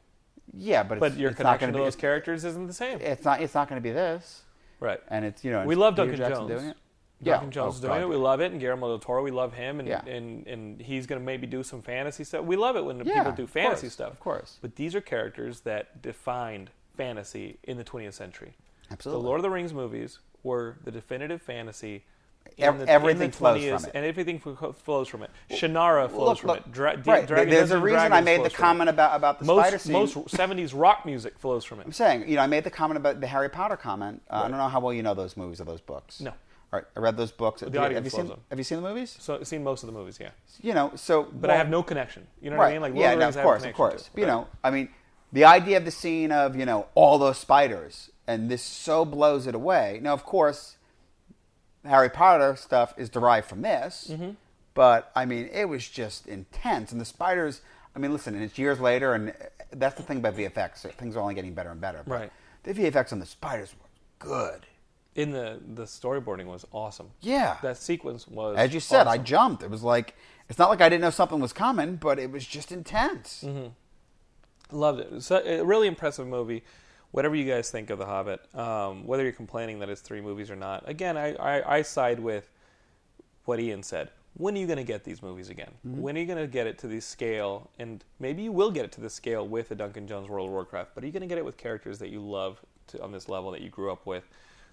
S3: Yeah, but, it's,
S2: but your
S3: it's not
S2: connection
S3: going
S2: to
S3: be
S2: those
S3: it's-
S2: characters isn't the same.
S3: It's not. It's not going to be this.
S2: right.
S3: And it's you know.
S2: We
S3: it's
S2: love
S3: Peter
S2: Duncan
S3: Jackson
S2: Jones.
S3: Doing it.
S2: Duncan
S3: yeah.
S2: Jones
S3: Oh,
S2: doing
S3: God.
S2: it. We love it. And Guillermo del Toro, we love him. And,
S3: Yeah.
S2: and, and he's going to maybe do some fantasy stuff. We love it when
S3: Yeah,
S2: people do
S3: of
S2: fantasy
S3: course,
S2: stuff.
S3: of course.
S2: But these are characters that defined fantasy in the 20th century.
S3: Absolutely.
S2: The Lord of the Rings movies were the definitive fantasy.
S3: Ev- everything flows from
S2: 20th
S3: it.
S2: And everything flo- flows from it. Shannara flows
S3: Look,
S2: from
S3: look,
S2: it. Dra- D-
S3: right.
S2: Dragon- Dungeons
S3: There's a
S2: and
S3: reason I
S2: Dragons
S3: made the
S2: flows from
S3: comment
S2: it.
S3: about about the spider
S2: Most,
S3: scene.
S2: most 70s rock music flows from
S3: I'm
S2: it.
S3: saying, you know, I made the comment about the Harry Potter comment. Uh, I don't know how well you know those movies or those books.
S2: No.
S3: All right, I read those books. Have you- have you
S2: audience
S3: seen?
S2: loves them.
S3: Have you seen the movies?
S2: So I've seen most of the movies, yeah.
S3: You know, so.
S2: But I have no connection. You know what I mean? Like, Lord
S3: yeah,
S2: of the
S3: no,
S2: Rings, I have
S3: of
S2: a
S3: course, of
S2: connection to.
S3: course. You
S2: Right.
S3: know, I mean, the idea of the scene of you know all those spiders, and this so blows it away. Now, of course, Harry Potter stuff is derived from this,
S2: Mm-hmm.
S3: but I mean, it was just intense. And the spiders, I mean, listen, and it's years later, and uh, that's the thing about VFX. Things are only getting better and better. but
S2: Right.
S3: The VFX on the spiders were good.
S2: in the the storyboarding was awesome.
S3: Yeah.
S2: that sequence was.
S3: As you said, I
S2: awesome.
S3: jumped. It was like, it's not like I didn't know something was coming, but it was just intense.
S2: Mm-hmm. loved it. It's a a really impressive movie. Whatever you guys think of The Hobbit, um, whether you're complaining that it's three movies or not, again, I, I, I side with what Ian said. When are you going to get these movies again? When are you going to get it to this scale? And maybe you will get it to this scale with a Duncan Jones World of Warcraft, but are you going to get it with characters that you love to, on this level that you grew up with,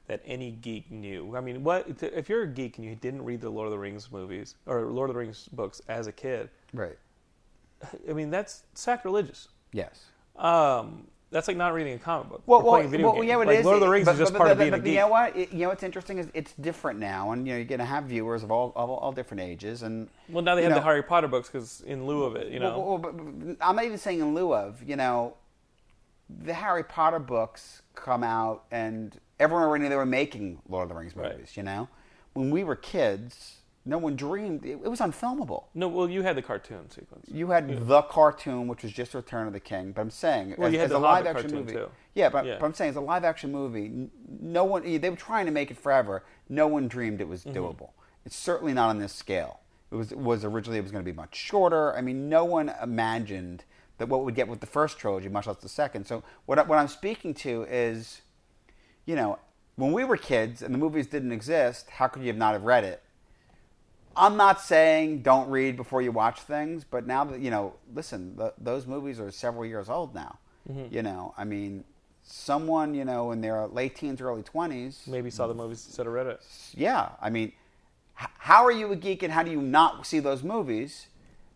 S2: that any geek knew? I mean, what if you're a geek and you didn't read the Lord of the Rings movies or Lord of the Rings books as a kid?
S3: Right.
S2: I mean, that's sacrilegious.
S3: Yes.
S2: Um, that's like not reading a comic book.
S3: Well,
S2: or
S3: well,
S2: playing a video
S3: well,
S2: game.
S3: yeah, it
S2: like
S3: is.
S2: Lord of the Rings
S3: but,
S2: is just
S3: but-
S2: part
S3: but-
S2: of being
S3: but
S2: a geek.
S3: You know what? It- you know what's interesting is it's different now, and you know you're going to have viewers of all, all all different ages, and
S2: well, now they
S3: you
S2: have
S3: know,
S2: the Harry Potter books because in lieu of it, you know.
S3: Well, well, but- but I'm not even saying in lieu of, you know, the Harry Potter books come out and everyone already knew they were making Lord of the Rings
S2: Right.
S3: movies, you know? When we were kids, no one dreamed, it, it was unfilmable.
S2: no, well, you had the cartoon sequence.
S3: You had the cartoon, which was just Return of the King, but I'm saying,
S2: Well,
S3: as,
S2: you had
S3: as
S2: the
S3: a live
S2: Hobbit
S3: action
S2: cartoon,
S3: movie.
S2: too.
S3: Yeah but,
S2: Yeah.
S3: but I'm saying, as a live action movie, n- no one, they were trying to make it forever. No one dreamed it was
S2: Mm-hmm.
S3: doable. It's certainly not on this scale. It was, it was originally, it was going to be much shorter. I mean, no one imagined that what we'd get with the first trilogy, much less the second. So, what, I- what I'm speaking to is, you know, when we were kids and the movies didn't exist, how could you have not have read it? I'm not saying don't read before you watch things, but now that you know, listen, th those movies are several years old now. You know, I mean, someone you know in their late teens, early twenties.
S2: Maybe saw the movies instead of read it.
S3: Yeah, I mean, h- how are you a geek and how do you not see those movies?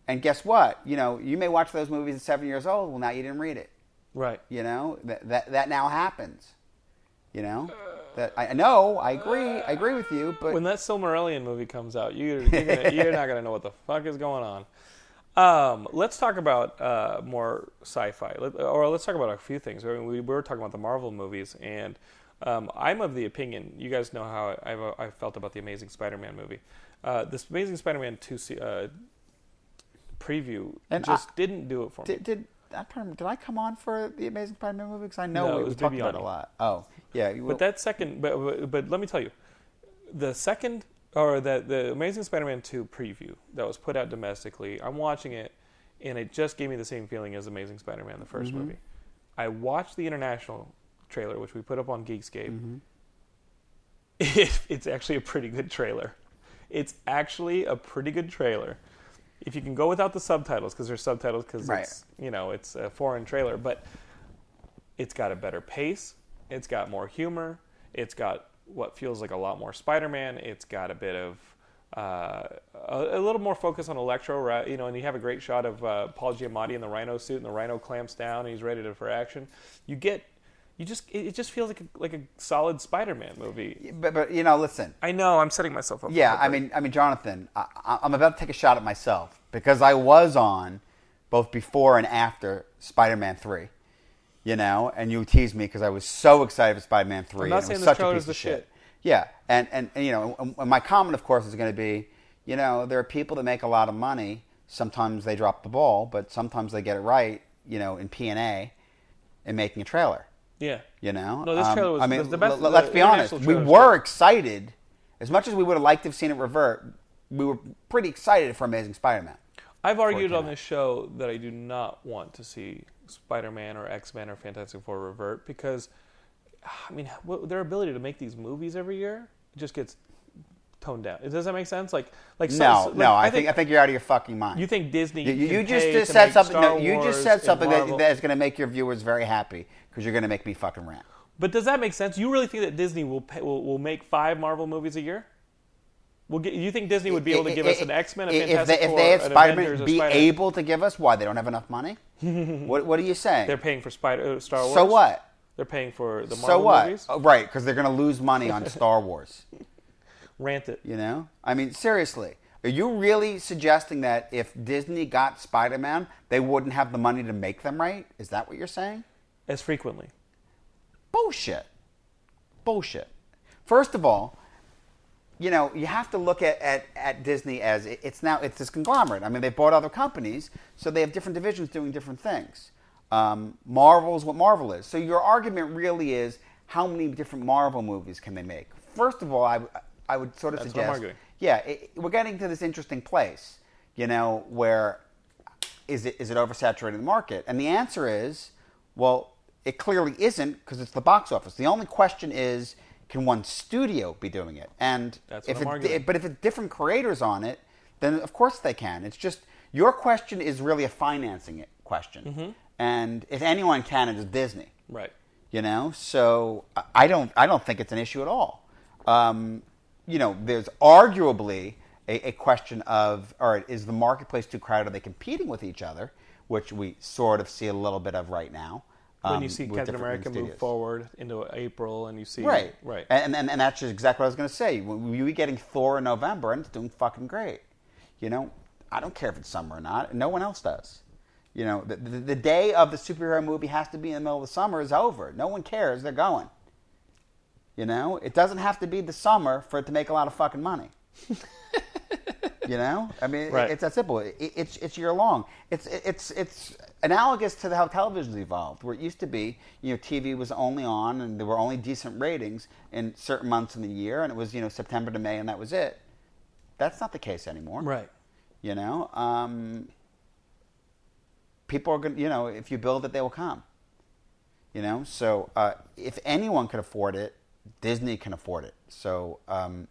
S3: And guess what? You know, you may watch those movies at seven years old. Well, now you didn't read it.
S2: Right.
S3: You know that that, that now happens. You know that I I know I agree I agree with you, but
S2: When that Silmarillion movie comes out, you, you're, gonna, you're not going to know what the fuck is going on. Um, let's talk about uh, more sci-fi, Let, or let's talk about a few things. I mean, we, we were talking about the Marvel movies, and um, I'm of the opinion. You guys know how I, I've, uh, I felt about the Amazing Spider-Man movie. Uh, this Amazing Spider-Man two se- uh, preview
S3: And
S2: just didn't do it for me.
S3: Did, did I did I come on for the Amazing Spider-Man movie? Because I know
S2: No, it
S3: we, we
S2: was
S3: talked about it
S2: Viviani.
S3: a lot. Oh, yeah. you-
S2: But that second, but, but but let me tell you, the second or the the Amazing Spider-Man two preview that was put out domestically, I'm watching it, and it just gave me the same feeling as Amazing Spider-Man the 1st movie. I watched the international trailer, which we put up on Geekscape. It, it's actually a pretty good trailer. It's actually a pretty good trailer. If you can go without the subtitles, because there's subtitles, because
S3: Right.
S2: it's you know it's a foreign trailer, but it's got a better pace. It's got more humor. It's got what feels like a lot more Spider-Man. It's got a bit of uh, a, a little more focus on electro, ra- you know. And you have a great shot of uh, Paul Giamatti in the Rhino suit, and the Rhino clamps down, and he's ready to for action. You get, you just, it, it just feels like a, like a solid Spider-Man movie.
S3: but, but you know, listen.
S2: I know I'm setting myself up. for
S3: Yeah,
S2: a
S3: I
S2: break.
S3: mean, I mean, Jonathan, I, I- I'm about to take a shot at myself because I was on both before and after Spider-Man Three. You know, and you teased me because I was so excited for Spider-Man Three.
S2: I'm not
S3: and it
S2: saying
S3: was
S2: this
S3: such a
S2: trailer's
S3: piece
S2: the
S3: of shit.
S2: shit.
S3: Yeah, and, and, and you know, and, and my comment, of course, is going to be, you know, there are people that make a lot of money. Sometimes they drop the ball, but sometimes they get it right. You know, in P and A, in making a trailer.
S2: yeah,
S3: You know,
S2: No, this
S3: Um,
S2: trailer was
S3: I mean,
S2: the best.
S3: l- let's
S2: the
S3: be honest.
S2: international
S3: We
S2: trailer's
S3: were
S2: good.
S3: excited, as much as we would have liked to have seen it revert. We were pretty excited for Amazing Spider-Man.
S2: I've argued on
S3: out.
S2: this show that I do not want to see Spider-Man or X-Men or Fantastic Four revert because, I mean, what, their ability to make these movies every year just gets toned down. Does that make sense? Like, like so-
S3: No,
S2: so- like,
S3: no, I, think, I think you're out of your fucking mind.
S2: You think Disney
S3: You, you-
S2: can
S3: you just,
S2: pay
S3: just
S2: to
S3: said
S2: make
S3: something.
S2: Star
S3: no, you
S2: Wars
S3: just said
S2: and
S3: something that,
S2: Marvel?
S3: that is going to make your viewers very happy because you're going to make me fucking rant.
S2: But does that make sense? You really think that Disney will pay, will, will make five Marvel movies a year? Will get, you think Disney would be able to give us an X-Men, a
S3: If-
S2: Fantastic
S3: if they,
S2: Four,
S3: if they have
S2: an
S3: Spider-Man,
S2: Avengers, a
S3: be
S2: Spider-
S3: able to give us why they don't have enough money? what What are you saying?
S2: They're paying for Spider uh, Star Wars.
S3: so what?
S2: They're paying for the Marvel
S3: So what?
S2: movies.
S3: Oh, right, because they're going to lose money on Star Wars.
S2: Rant it.
S3: You know? I mean, seriously. Are you really suggesting that if Disney got Spider Man, they wouldn't have the money to make them right? Is that what you're saying?
S2: as frequently.
S3: Bullshit. Bullshit. First of all, you know, you have to look at, at, at Disney as it- it's now it's this conglomerate. I mean, they bought other companies, so they have different divisions doing different things. Um, Marvel is what Marvel is. So your argument really is how many different Marvel movies can they make? First of all, I, w- I would sort of
S2: That's what I'm
S3: suggest,
S2: arguing.
S3: yeah, it, we're getting to this interesting place, you know, where is it is it oversaturating the market? And the answer is, well, it clearly isn't because it's the box office. The only question is, can one studio be doing it? And
S2: That's what
S3: if
S2: I'm
S3: it,
S2: arguing.
S3: but if it's different creators on it, then of course they can. It's just your question is really a financing it question,
S2: Mm-hmm.
S3: and if anyone can, it is Disney,
S2: Right.
S3: you know. So I- I don't I don't think it's an issue at all. Um, you know, there's arguably a, a question of all right, is the marketplace too crowded? Are they competing with each other? which we sort of see a little bit of right now.
S2: When
S3: um,
S2: you see
S3: with
S2: Captain
S3: different
S2: America move
S3: studios.
S2: forward into April, and you see
S3: Right.
S2: right,
S3: And, and, and that's just exactly what I was going to say. We were getting Thor in November, and it's doing fucking great. You know, I don't care if it's summer or not. No one else does. You know, the, the, the day of the superhero movie has to be in the middle of the summer is over. No one cares. They're going. You know, it doesn't have to be the summer for it to make a lot of fucking money. you know, I mean, it-
S2: Right.
S3: it's that simple. It, it's it's year long. It's it's it's analogous to how television's evolved, where it used to be, you know, TV was only on and there were only decent ratings in certain months in the year, and it was you know September to May, and that was it. That's not the case anymore,
S2: right,
S3: You know, um, people are gonna, you know, if you build it, they will come. You know, so uh, if anyone can afford it, Disney can afford it. So um,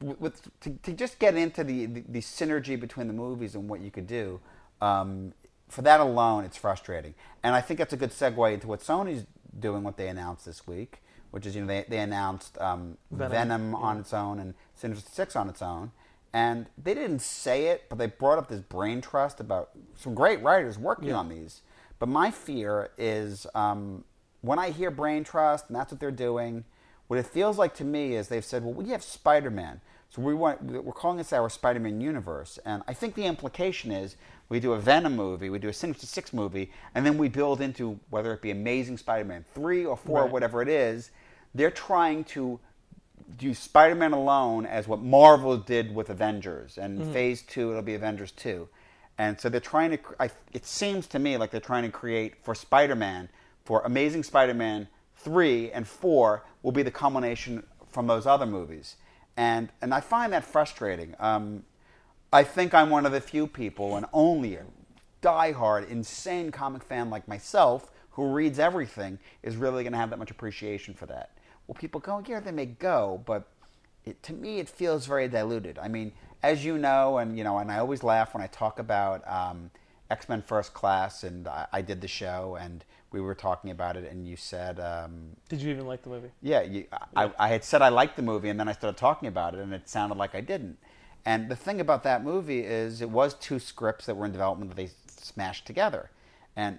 S3: w- with to, to just get into the, the the synergy between the movies and what you could do, um, for that alone, it's frustrating. And I think that's a good segue into what Sony's doing, what they announced this week, which is you know they they announced um,
S2: Venom.
S3: Venom, on its own and Sinister Six on its own. And they didn't say it, but they brought up this brain trust about some great writers working on these. But my fear is um, when I hear brain trust and that's what they're doing, what it feels like to me is they've said, well, we have Spider Man. So we want, we're calling this our Spider Man universe. And I think the implication is we do a Venom movie, we do a Sinister Six movie, and then we build into whether it be Amazing Spider Man 3 or 4 or
S2: Right.
S3: whatever it is. They're trying to do Spider-Man alone as what Marvel did with Avengers, and Phase Two it'll be Avengers Two, and so they're trying to. cr- I, it seems to me like they're trying to create for Spider-Man, for Amazing Spider-Man Three and Four will be the culmination from those other movies, and and I find that frustrating. Um, I think I'm one of the few people, and only a diehard, insane comic fan like myself who reads everything is really going to have that much appreciation for that. Well, people go, yeah, they may go, but it, to me, it feels very diluted. I mean, as you know, and you know, and I always laugh when I talk about um, X Men First Class, and I, I did the show, and we were talking about it, and you said. Um,
S2: Did you even like the movie?
S3: yeah, you, I, I had said I liked the movie, and then I started talking about it, and it sounded like I didn't. And the thing about that movie is, it was two scripts that were in development that they smashed together. And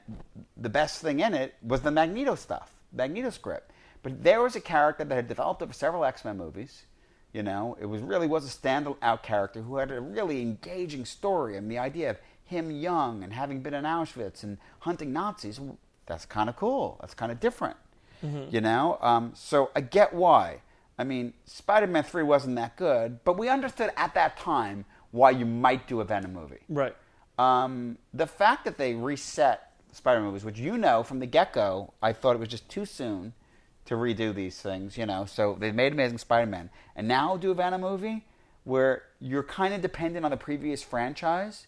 S3: the best thing in it was the Magneto stuff, Magneto script. But there was a character that had developed over several X Men movies. You know, it was really was a standout character who had a really engaging story, and the idea of him young and having been in Auschwitz and hunting Nazis—that's kind of cool. That's kind of different. You know? Um, so I get why. I mean, Spider Man 3 wasn't that good, but we understood at that time why you might do a Venom movie.
S2: Right,
S3: Um, the fact that they reset Spider Man movies, which you know from the get go, I thought it was just too soon to redo these things, you know? So they made Amazing Spider Man, and now do a Venom movie where you're kind of dependent on the previous franchise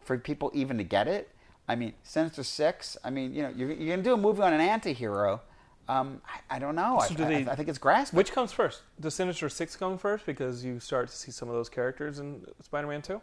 S3: for people even to get it. I mean, Sinister Six. I mean, you know, you're, you're gonna do a movie on an anti-hero. Um, I, I don't know. I,
S2: do
S3: I-
S2: they-
S3: I think it's grasping.
S2: which comes first? Does Sinister Six come first because you start to see some of those characters in Spider-Man Two,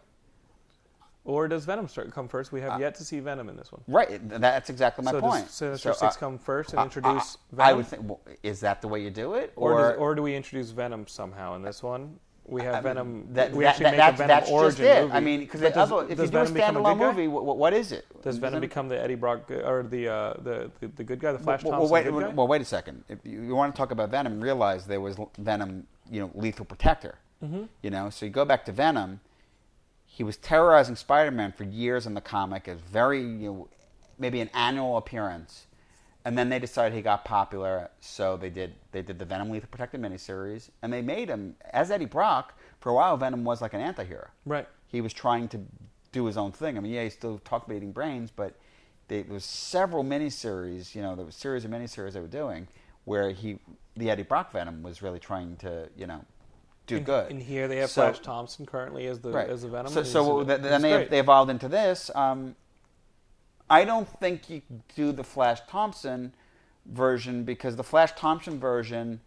S2: or does Venom start come first? We
S3: Uh,
S2: have yet to see Venom in this one.
S3: right? th- That's exactly my
S2: so
S3: point.
S2: does Sinister
S3: So,
S2: Six
S3: uh,
S2: come first and
S3: I-
S2: introduce
S3: I,
S2: Venom?
S3: I would think. Well, is that the way you do it,
S2: or does, or do we introduce Venom somehow in this one? We have Venom.
S3: that,
S2: we
S3: that-
S2: actually
S3: that-
S2: make
S3: that's,
S2: a Venom
S3: that's
S2: origin
S3: just it.
S2: movie.
S3: I mean, because
S2: But does-
S3: if
S2: does
S3: you do a
S2: Venom become
S3: standalone
S2: good guy?
S3: movie, what, what is it?
S2: does Venom become the Eddie Brock g- or the uh, the, the the good guy, the Flash
S3: well, well,
S2: Thompson
S3: wait,
S2: good guy?
S3: well, wait a second. If you, you want to talk about Venom, realize there was l- Venom, you know, Lethal Protector.
S2: Mm-hmm.
S3: You know, so you go back to Venom. He was terrorizing Spider-Man for years in the comic as very, you know, maybe an annual appearance, and then they decided he got popular, so they did they did the Venom Lethal Protector miniseries, and they made him as Eddie Brock. For a while, Venom was like an antihero.
S2: Right.
S3: He was trying to do his own thing. I mean, yeah, he still talked about eating brains, but they, there was several miniseries, you know, there was series of miniseries they were doing where he, the Eddie Brock Venom, was really trying to, you know, do good.
S2: And here they have
S3: So-
S2: Flash Thompson currently as the
S3: Right.
S2: as the Venom.
S3: So,
S2: and
S3: so
S2: he's-
S3: th- then
S2: he's
S3: they,
S2: great.
S3: they evolved into this. Um, I don't think you do the Flash Thompson version because the Flash Thompson version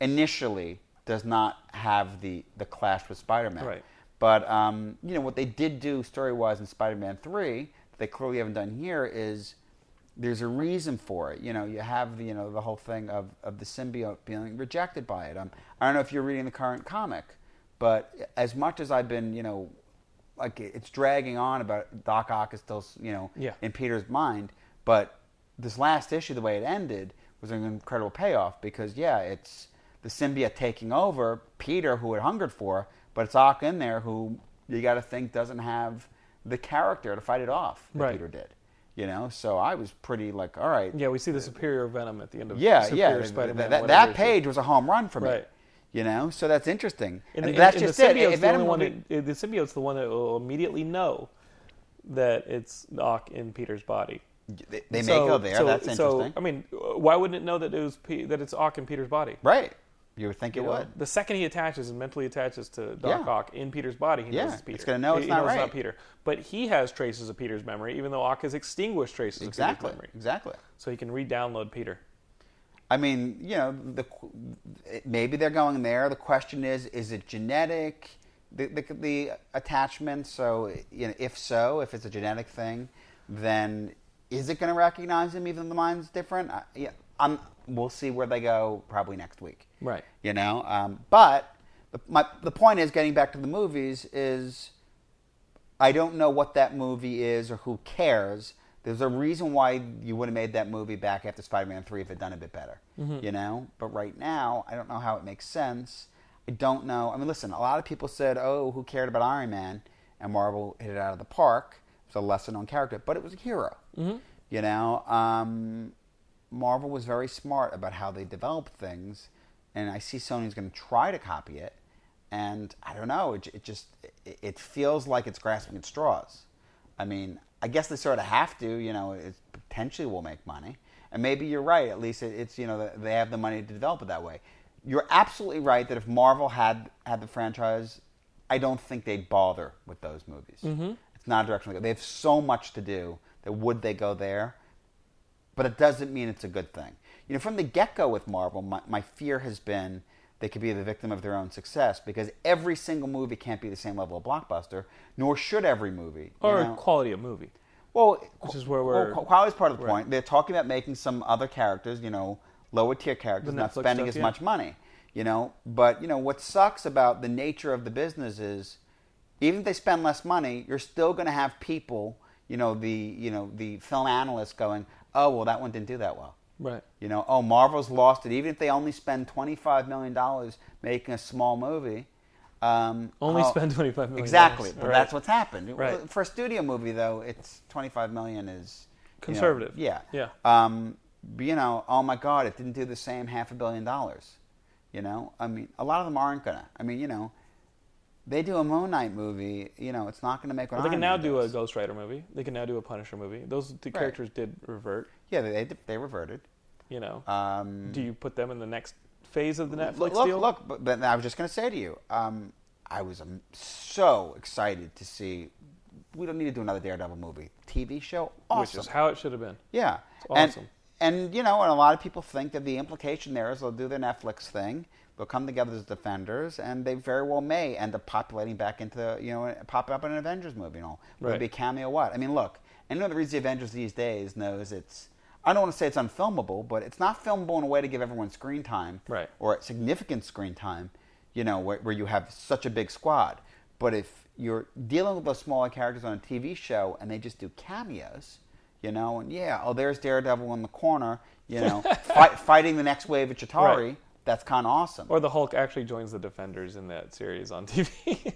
S3: initially does not have the, the clash with Spider-Man.
S2: Right.
S3: But um, you know what they did do story-wise in Spider-Man Three, that they clearly haven't done here is there's a reason for it. You know, you have the, you know the whole thing of, of the symbiote being rejected by it. Um, I don't know if you're reading the current comic, but as much as I've been you know like it- it's dragging on about Doc Ock is still you know
S2: Yeah.
S3: in Peter's mind, but this last issue, the way it ended, was an incredible payoff because yeah, it's the symbiote taking over Peter, who it hungered for, but it's Ock in there who you got to think doesn't have the character to fight it off that
S2: Right.
S3: Peter did. You know, so I was pretty like, all right,
S2: Yeah, we see the superior venom at the end of
S3: yeah,
S2: superior
S3: yeah.
S2: Spider-Man.
S3: That, that,
S2: whatever
S3: that
S2: issue.
S3: page was a home run for me.
S2: Right.
S3: You know, so that's interesting.
S2: And,
S3: And
S2: the-
S3: that's
S2: and
S3: just
S2: the
S3: it.
S2: symbiote's
S3: If
S2: the
S3: Venom
S2: only one
S3: would be-
S2: that, uh, the symbiote's the one that will immediately know that it's Doc in Peter's body.
S3: They, they
S2: so,
S3: may go there.
S2: So,
S3: That's
S2: so, um,
S3: interesting.
S2: I mean, why wouldn't it know that it was P- that it's Ock in Peter's body?
S3: right. You would think it
S2: You know,
S3: would.
S2: The second he attaches and mentally attaches to Doc
S3: Yeah.
S2: Ock in Peter's body, he
S3: Yeah,
S2: knows it's Peter.
S3: it's gonna know
S2: He-
S3: it's
S2: he
S3: not
S2: knows
S3: right.
S2: Peter. But he has traces of Peter's memory, even though Ock has extinguished traces
S3: exactly.
S2: of Peter's memory.
S3: Exactly.
S2: So he can re-download Peter.
S3: I mean, you know, the qu- it- maybe they're going there. The question is, is it genetic? The, the, the attachment. So, you know, if so, if it's a genetic thing, then is it going to recognize him even though the mind's different? I, yeah, I'm. We'll see where they go. Probably next week.
S2: Right.
S3: You know. Um, but the, my the point is, getting back to the movies is. I don't know what that movie is or who cares. There's a reason why you would have made that movie back after Spider-Man 3 if it done a bit better, you know? But right now, I don't know how it makes sense. I don't know. I mean, listen, a lot of people said, "Oh, who cared about Iron Man?" and Marvel hit it out of the park. It's a lesser-known character, but it was a hero. You know, um, Marvel was very smart about how they develop things, and I see Sony's going to try to copy it. And I don't know, it, it just it, it feels like it's grasping at straws. I mean, I guess they sort of have to, you know, it potentially will make money, and maybe you're right. At least it, it's you know they have the money to develop it that way. You're absolutely right that if Marvel had had the franchise, I don't think they'd bother with those movies. It's not a direction they go. They have so much to do that would they go there? but it doesn't mean it's a good thing. You know, from the get go with Marvel, my, my fear has been they could be the victim of their own success because every single movie can't be the same level of blockbuster, nor should every movie. you
S2: Or
S3: know?
S2: quality of movie.
S3: well,
S2: which is where we're-
S3: well, quality is part of the point. They're talking about making some other characters, you know, lower tier characters,
S2: The
S3: not
S2: Netflix
S3: spending
S2: stuff,
S3: as
S2: yeah.
S3: much money, you know. But you know what sucks about the nature of the business is, even if they spend less money, you're still going to have people, you know, the you know the film analysts going, oh well, that one didn't do that well.
S2: Right.
S3: You know, oh, Marvel's lost it. Even if they only spend $25 million making a small movie. Um,
S2: Only
S3: how-
S2: spend $25 million.
S3: Exactly. But
S2: All
S3: that's
S2: right.
S3: what's happened.
S2: Right.
S3: For a studio movie, though, it's $25 million is... you know,
S2: Conservative.
S3: yeah.
S2: Yeah.
S3: Um, but, you know, oh, my God, it didn't do the same half a billion dollars. You know? I mean, a lot of them aren't going to. I mean, you know, they do a Moon Knight movie. You know, it's not going to make what
S2: They can
S3: Iron
S2: now
S3: Man
S2: do a
S3: does.
S2: Ghost Rider movie. They can now do a Punisher movie. Those two characters did revert.
S3: Yeah, they, they, they reverted.
S2: You know,
S3: Um,
S2: do you put them in the next phase of the Netflix
S3: look, look,
S2: deal?
S3: Look, but, but I was just going to say to you, um, I was um, so excited to see. We don't need to do another Daredevil movie. TV show, awesome.
S2: Which is how it should have been.
S3: yeah,
S2: awesome.
S3: And, and you know, and a lot of people think that the implication there is they'll do their Netflix thing. They'll come together as defenders, and they very well may end up populating back into you know popping up in an Avengers movie and all. Whether it
S2: Right.
S3: be cameo, what? I mean, look, anyone that reads the Avengers these days knows it's. I don't want to say it's unfilmable, but it's not filmable in a way to give everyone screen time
S2: Right.
S3: or at significant screen time, you know, where, where you have such a big squad. But if you're dealing with those smaller characters on a TV show and they just do cameos, you know, and yeah, oh, there's Daredevil in the corner, you know, fight, fighting the next wave of Chitari,
S2: Right.
S3: that's kind of awesome.
S2: Or the Hulk actually joins the Defenders in that series on TV.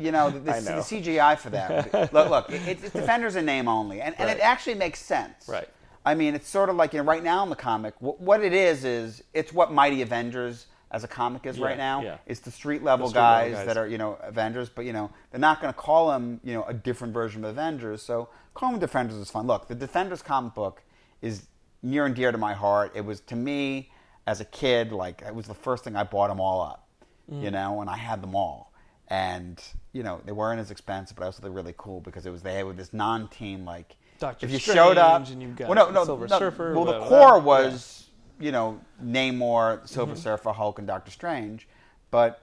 S3: you know, the, the,
S2: I know.
S3: the CGI for that. Would be, look, look, it, it's Defender's a name only, and, and it
S2: Right.
S3: actually makes sense.
S2: Right.
S3: I mean, it's sort of like you know, right now in the comic, what, what it is is it's what Mighty Avengers as a comic is
S2: Yeah,
S3: right now.
S2: yeah.
S3: It's the street level
S2: The street level
S3: guys,
S2: guys.
S3: that are you know Avengers, but you know they're not going to call them you know a different version of Avengers. So call them Defenders is fun. Look, the Defenders comic book is near and dear to my heart. It was to me as a kid like it was the first thing I bought them all up, you know, and I had them all. And you know they weren't as expensive, but also they're really cool because it was they had with this non-team like
S2: Doctor
S3: if you
S2: Strange
S3: showed up
S2: and you've got
S3: well, no, no,
S2: Silver
S3: no,
S2: Surfer,
S3: Well, the
S2: blah, blah,
S3: core
S2: blah.
S3: was you know Namor, Silver
S2: Mm-hmm.
S3: Surfer, Hulk, and Doctor Strange, but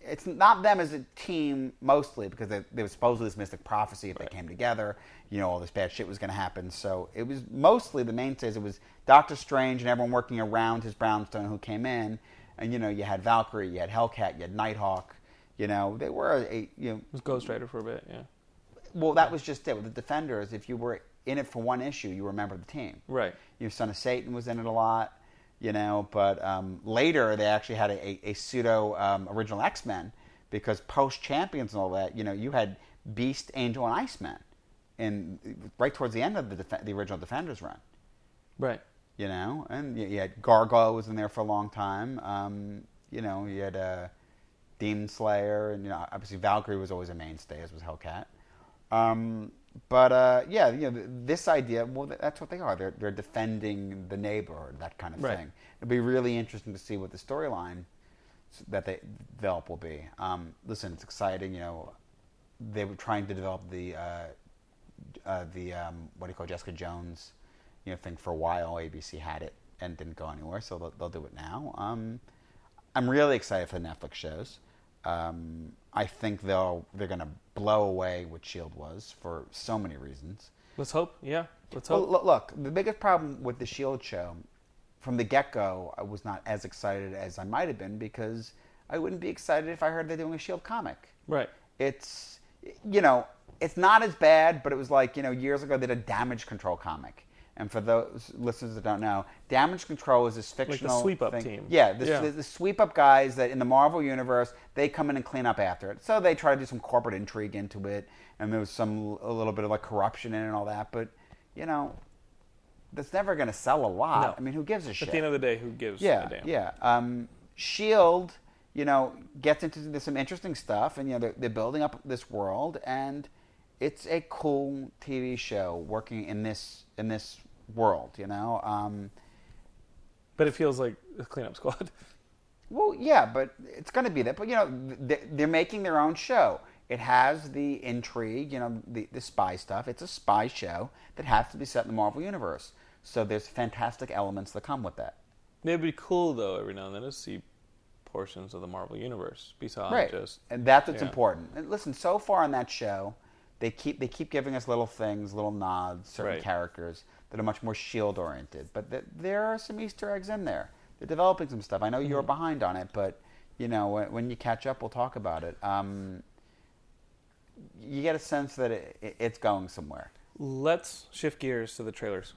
S3: it's not them as a team mostly because they, they were supposedly this mystic prophecy if they came together, you know, all this bad shit was going to happen. So it was mostly the mainstays. It was Doctor Strange and everyone working around his brownstone who came in, and you know you had Valkyrie, you had Hellcat, you had Nighthawk, You know, they were a you know
S2: was Ghost Rider for a bit, yeah.
S3: well, that was just it. With the Defenders, if you were in it for one issue, you were a member of the team.
S2: Right.
S3: Your Son of Satan was in it a lot, you know. But um, later, they actually had a, a, a pseudo um, original X Men because post Champions and all that, you know, you had Beast, Angel, and Iceman, and right towards the end of the def- the original Defenders run,
S2: Right.
S3: you know, and you, you had Gargoyle was in there for a long time. Um, you know, you had uh, Demon Slayer, and you know, obviously Valkyrie was always a mainstay, as was Hellcat. Um, but uh, yeah, you know, th- this idea. Well, th- that's what they are. They're they're defending the neighborhood, that kind of
S2: Right.
S3: thing. It'll be really interesting to see what the storyline s- that they develop will be. Um, listen, it's exciting. You know, they were trying to develop the uh, uh, the um, what do you call it, Jessica Jones, you know, thing for a while. ABC had it and didn't go anywhere, so they'll, they'll do it now. Um, I'm really excited for the Netflix shows. Um, I think they'll they're going to blow away what Shield E was for so many reasons.
S2: Let's hope. Yeah. Let's
S3: Well,
S2: hope.
S3: lo- look, the biggest problem with the Shield E show, from the get go, I was not as excited as I might have been because I wouldn't be excited if I heard they're doing a Shield comic.
S2: Right.
S3: It's you know, it's not as bad, but it was like you know, years ago they did a Damage Control comic. And for those listeners that don't know, Damage Control is this fictional
S2: sweep-up
S3: thing-
S2: team.
S3: Yeah, this,
S2: Yeah.
S3: the- the sweep up guys that in the Marvel universe they come in and clean up after it. So they try to do some corporate intrigue into it, and there was some a little bit of like corruption in it and all that. But you know, that's never going to sell a lot.
S2: No.
S3: I mean, who gives a shit?
S2: At the end of the day, who gives
S3: yeah,
S2: a damn?
S3: yeah. Um, Shield, you know, gets into th- some interesting stuff, and you know they're, they're building up this world, and it's a cool TV show working in this in this world. You know, um,
S2: But it feels like a cleanup squad.
S3: well, yeah, but it's going to be that. But you know, th- they're making their own show. It has the intrigue, you know, the, the spy stuff. It's a spy show that has to be set in the Marvel universe. So there's fantastic elements that come with that.
S2: It'd be cool though every now and then to see portions of the Marvel universe besides
S3: right.
S2: just
S3: and that's what's
S2: yeah.
S3: important. And listen, so far on that show, they keep they keep giving us little things, little nods, certain
S2: Right.
S3: characters that are much more shield oriented. But th- there are some Easter eggs in there. They're developing some stuff. I know
S2: Mm-hmm.
S3: you're behind on it, but you know when, when you catch up, we'll talk about it. Um, you get a sense that it, it, it's going somewhere.
S2: Let's shift gears to the trailers.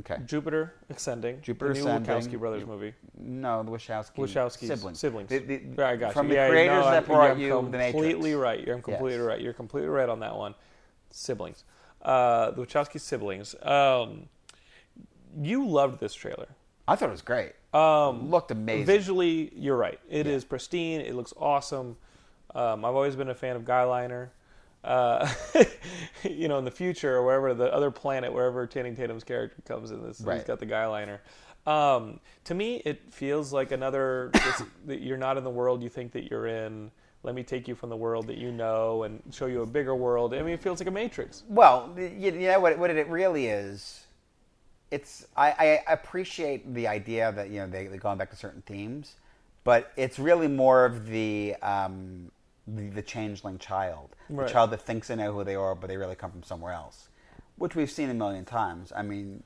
S3: Okay.
S2: Jupiter Ascending,
S3: Jupiter
S2: the new
S3: Ascending.
S2: Wachowski brothers movie.
S3: No, the Wachowski
S2: Wachowski's
S3: siblings.
S2: siblings.
S3: The- the-
S2: Right, I got
S3: from
S2: you.
S3: the
S2: Yeah,
S3: creators
S2: no,
S3: that
S2: I'm-
S3: brought
S2: yeah,
S3: you
S2: I'm
S3: The Matrix.
S2: completely right. You're I'm completely
S3: Yes.
S2: right. You're completely right on that one. Siblings, uh, the Wachowski siblings. Um, you loved this trailer.
S3: I thought it was great. Um, Looked amazing.
S2: Visually, you're right. It is pristine. It looks awesome. Um, I've always been a fan of Guyliner. Uh, you know, in the future or wherever the other planet, wherever Channing Tatum's character comes in, this he's
S3: Right.
S2: got the Guyliner. Um, to me, it feels like another. It's, that you're not in the world you think that you're in. Let me take you from the world that you know and show you a bigger world. I mean, it feels like a Matrix.
S3: Well, y- you, you know what, what it really is. It's I, I appreciate the idea that you know they, they're going back to certain themes, but it's really more of the um, the, the changeling child,
S2: Right.
S3: the child that thinks they know who they are, but they really come from somewhere else, which we've seen a million times. I mean,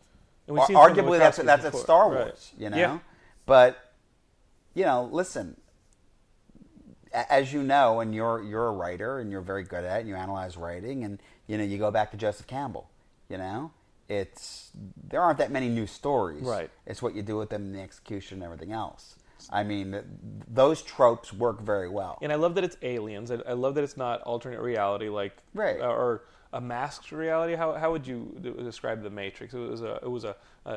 S2: And we've
S3: ar-
S2: seen some of the
S3: arguably that's
S2: Wachowskis
S3: that's at
S2: before,
S3: Star
S2: right.
S3: Wars, you know.
S2: Yeah.
S3: But you know, listen, a- as you know, and you're you're a writer and you're very good at it, and you analyze writing, and you know you go back to Joseph Campbell. You know, it's there aren't that many new stories.
S2: Right.
S3: It's what you do with them and the execution and everything else. I mean, th- those tropes work very well.
S2: and I love that it's aliens. I, I love that it's not alternate reality, like
S3: Right.
S2: uh, or a masked reality. How how would you d- describe the Matrix? It was a it was a a, a,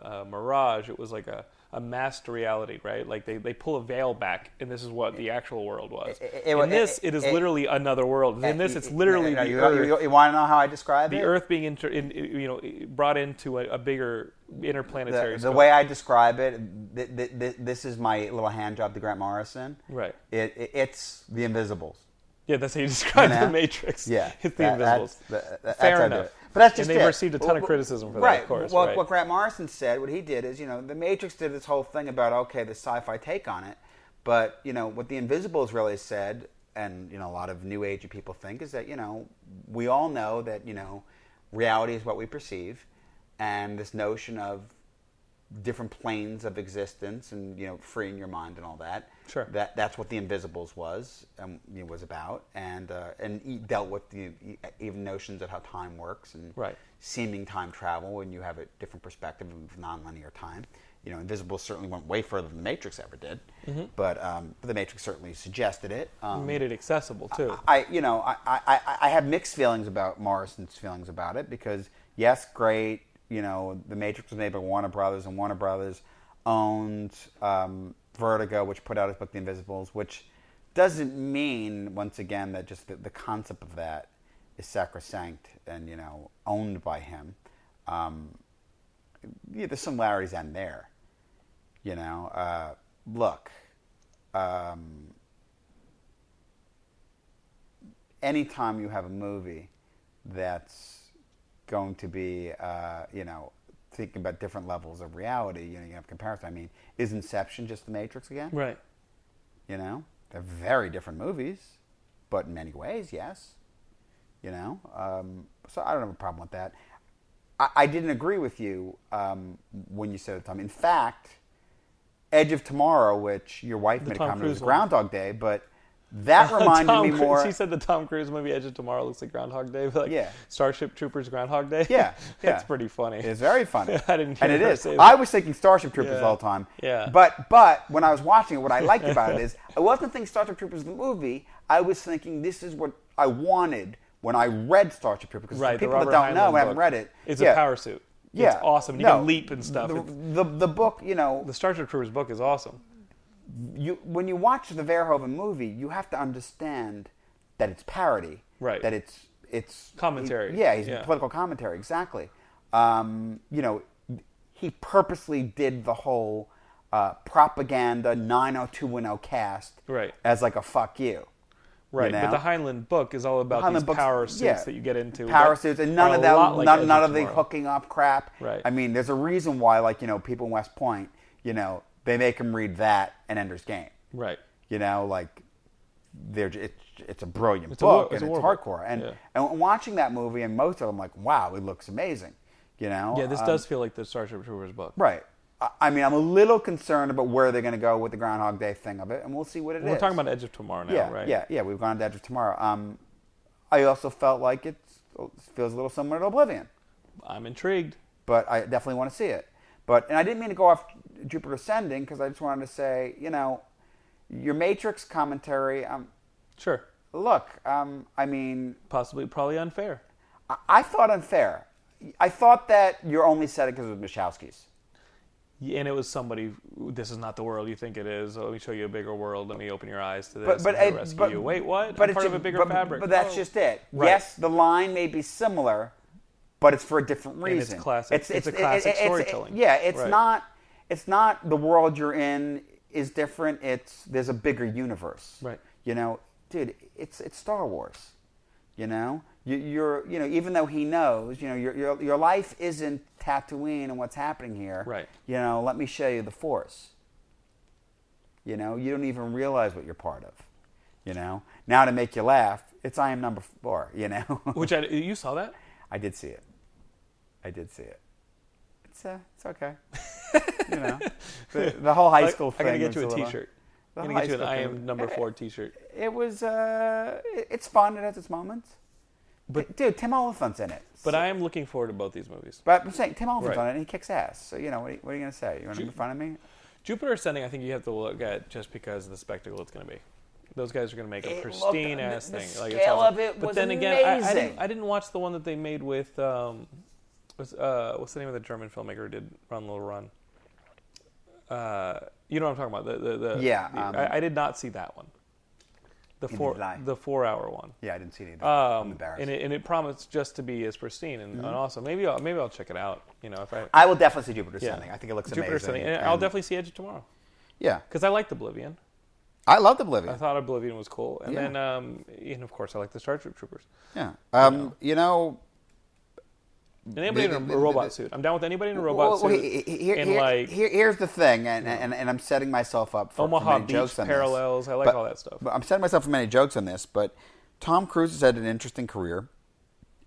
S2: a, a mirage. It was like a, a masked reality, right? Like they, they pull a veil back, and this is what the actual world was.
S3: It- it-
S2: In this,
S3: it-
S2: it is
S3: it-
S2: literally another world. In this, it's literally
S3: You, know,
S2: the
S3: you,
S2: Earth.
S3: you, want to know how I describe
S2: the
S3: it?
S2: Earth being inter, in, you know brought into a, a bigger interplanetary.
S3: the, the
S2: scope.
S3: way I describe it, th- th- th- this is my little hand job to Grant Morrison.
S2: Right.
S3: It, it, it's the Invisibles.
S2: Yeah, that's how you describe
S3: You
S2: the
S3: know?
S2: Matrix.
S3: Yeah,
S2: it's the
S3: that-
S2: Invisibles.
S3: that's- that- that's
S2: Fair
S3: how I do
S2: enough.
S3: it. But that's just
S2: and they've
S3: it.
S2: received a ton
S3: Well,
S2: of criticism for
S3: right.
S2: that, of course.
S3: Well,
S2: right.
S3: What Grant Morrison said, what he did is, you know, the Matrix did this whole thing about okay, the sci-fi take on it, but you know what the Invisibles really said, and you know a lot of New Age people think is that you know we all know that you know reality is what we perceive, and this notion of different planes of existence and you know freeing your mind and all that.
S2: Sure.
S3: That that's what the Invisibles was um, you know, was about, and uh, and he dealt with the e, even notions of how time works and
S2: Right.
S3: seeming time travel when you have a different perspective of nonlinear time. You know, Invisibles certainly went way further than the Matrix ever did, but um, the Matrix certainly suggested it. Um,
S2: Made it accessible too.
S3: I, you know, I, I, I- I have mixed feelings about Morrison's feelings about it because yes, great, you know, The Matrix was made by Warner Brothers, and Warner Brothers owned um, Vertigo, which put out his book The Invisibles, which doesn't mean once again that just the, the concept of that is sacrosanct and you know owned by him. Um, yeah, there's some similarities end there. You know, uh, look, um, anytime you have a movie that's going to be, uh, you know, thinking about different levels of reality, you know, you have comparison. I mean, is Inception just The Matrix again?
S2: right.
S3: You know, they're very different movies, but in many ways, yes. You know, um, so I don't have a problem with that. I, I didn't agree with you um, when you said it, Tom. In fact, Edge of Tomorrow, which your wife made
S2: Tom
S3: a comment it was
S2: Cruise one.
S3: Groundhog Day, but that reminded
S2: Tom
S3: me
S2: Cruise-
S3: more.
S2: She said the Tom Cruise movie Edge of Tomorrow looks like Groundhog Day, but like
S3: Yeah.
S2: Starship Troopers Groundhog Day.
S3: Yeah, yeah.
S2: that's pretty funny.
S3: It's very funny.
S2: I didn't
S3: and
S2: hear
S3: it
S2: her
S3: is.
S2: say that.
S3: I was thinking Starship Troopers
S2: Yeah.
S3: all the time.
S2: Yeah.
S3: But but when I was watching it, what I liked about it is I wasn't thinking Starship Troopers the movie. I was thinking this is what I wanted when I read Starship Troopers. Because
S2: right.
S3: for people
S2: the Robert
S3: that don't
S2: Heinlein
S3: know and
S2: book.
S3: haven't read it,
S2: It's
S3: yeah.
S2: a power suit.
S3: Yeah,
S2: it's awesome. You
S3: No,
S2: can leap and stuff.
S3: The,
S2: It's-
S3: the, the book, you know,
S2: the Starship Troopers book is awesome.
S3: you when you watch the Verhoeven movie, you have to understand that it's parody,
S2: Right.
S3: That it's it's
S2: Commentary.
S3: he- yeah, he's
S2: Yeah.
S3: political commentary exactly. Um, you know, he purposely did the whole uh, propaganda 90210 cast
S2: Right.
S3: as like a fuck you.
S2: Right,
S3: you
S2: but
S3: know?
S2: the Heinlein book is all about
S3: Heinlein
S2: these
S3: books-
S2: power suits
S3: yeah.
S2: that you get into.
S3: Power
S2: that
S3: suits, and
S2: are
S3: none
S2: a
S3: of that,
S2: lot like Edge
S3: none, none of the
S2: Tomorrow.
S3: hooking up crap.
S2: Right.
S3: I mean, there's a reason why, like you know, people in West Point, you know, they make them read that and Ender's Game.
S2: Right.
S3: You know, like they're j- it's, it's a brilliant
S2: a war-
S3: book
S2: it's a
S3: and it's
S2: war book.
S3: hardcore. And
S2: Yeah.
S3: and watching that movie and most of them, like, wow, it looks amazing. You know,
S2: Yeah, this
S3: Um,
S2: does feel like the Starship Troopers book.
S3: right. I- I mean, I'm a little concerned about where they're going to go with the Groundhog Day thing of it, and we'll see what it
S2: We're
S3: is.
S2: talking about Edge of Tomorrow now,
S3: yeah,
S2: right?
S3: yeah, yeah. We've gone to Edge of Tomorrow. Um, I also felt like it's, it feels a little similar to Oblivion
S2: I'm intrigued.
S3: but I definitely want to see it. But and I didn't mean to go off Jupiter Ascending because I just wanted to say, you know, your Matrix commentary. Um,
S2: Sure.
S3: look, um, I mean,
S2: Possibly, probably unfair.
S3: I, I thought unfair. I thought that you're only said it because of Michalski's.
S2: Yeah, And it was somebody. This is not the world you think it is. Let me show you a bigger world. Let me open your eyes to this.
S3: But but
S2: I'm here
S3: I-
S2: to rescue
S3: but-
S2: you. Wait, what?
S3: But
S2: I'm
S3: it's
S2: part of
S3: ju-
S2: a bigger
S3: but-
S2: fabric.
S3: But that's
S2: Oh.
S3: just it.
S2: Right.
S3: Yes, the line may be similar, but it's for a different
S2: And it's
S3: reason.
S2: classic- it's a classic storytelling.
S3: yeah, it's
S2: Right.
S3: not. It's not the world you're in is different. It's there's a bigger universe.
S2: Right.
S3: You know, dude, it's it's Star Wars. You know, you, you're you know even though he knows, you know your your your life isn't Tatooine and what's happening here.
S2: Right.
S3: You know, let me show you the Force. You know, you don't even realize what you're part of. You know, now to make you laugh, it's I am number four. You know,
S2: Which I, you saw that?
S3: I did see it. I did see it. It's uh, it's okay. you know, the, the whole high school
S2: I'm
S3: thing.
S2: gonna get
S3: was
S2: you a
S3: little-
S2: T-shirt.
S3: The
S2: I'm
S3: high
S2: gonna get you an
S3: school
S2: I
S3: thing
S2: am
S3: was-
S2: number four T-shirt.
S3: It was uh, it- it's fun. It has its moments. But dude, Tim Oliphant's in it.
S2: But
S3: So-
S2: I am looking forward to both these movies.
S3: but I'm saying Tim Oliphant's
S2: Right.
S3: on it, and he kicks ass. So you know, what are you, what are you gonna say? You want to
S2: Ju-
S3: make fun of me?
S2: Jupiter Ascending, I think you have to look at just because of the spectacle it's going to be. Those guys are going to make a
S3: It looked-
S2: pristine ass
S3: the- the
S2: thing.
S3: scale
S2: awesome.
S3: of it
S2: but
S3: was
S2: then again, I- I,
S3: amazing.
S2: didn't, I didn't watch the one that they made with um, what's, uh, what's the name of the German filmmaker who did Run Little Run? Uh, you know what I'm talking about? The, the, the
S3: Yeah,
S2: the-
S3: um,
S2: I, I did not see that one. The
S3: Neither
S2: four
S3: did I.
S2: the four hour one.
S3: Yeah, I didn't see any of that. I'm
S2: Um,
S3: embarrassed.
S2: and
S3: Mm-hmm.
S2: it, and it promised just to be as pristine and, and awesome. Maybe I'll, maybe I'll check it out. You know, if I,
S3: I will definitely see Jupiter
S2: yeah.
S3: Ascending. I think it looks
S2: Jupiter
S3: amazing.
S2: Ascending, and I'll definitely see Edge of Tomorrow
S3: yeah.
S2: because I liked Oblivion.
S3: I loved Oblivion.
S2: I thought Oblivion was cool, and
S3: Yeah.
S2: then um, and of course I like the Starship Troopers.
S3: yeah. Um, you know,
S2: And anybody in
S3: the-
S2: a
S3: the-
S2: robot
S3: Mm. the-
S2: suit. I'm down with anybody in a robot
S3: Well, well, he-
S2: suit.
S3: he- here-
S2: and
S3: here-
S2: like
S3: here- here's the thing, and, and, and I'm setting myself up for for
S2: Omaha
S3: many
S2: Beach
S3: jokes on this.
S2: parallels, I like all that stuff.
S3: But I'm setting myself for many jokes on this. But Tom Cruise has had an interesting career,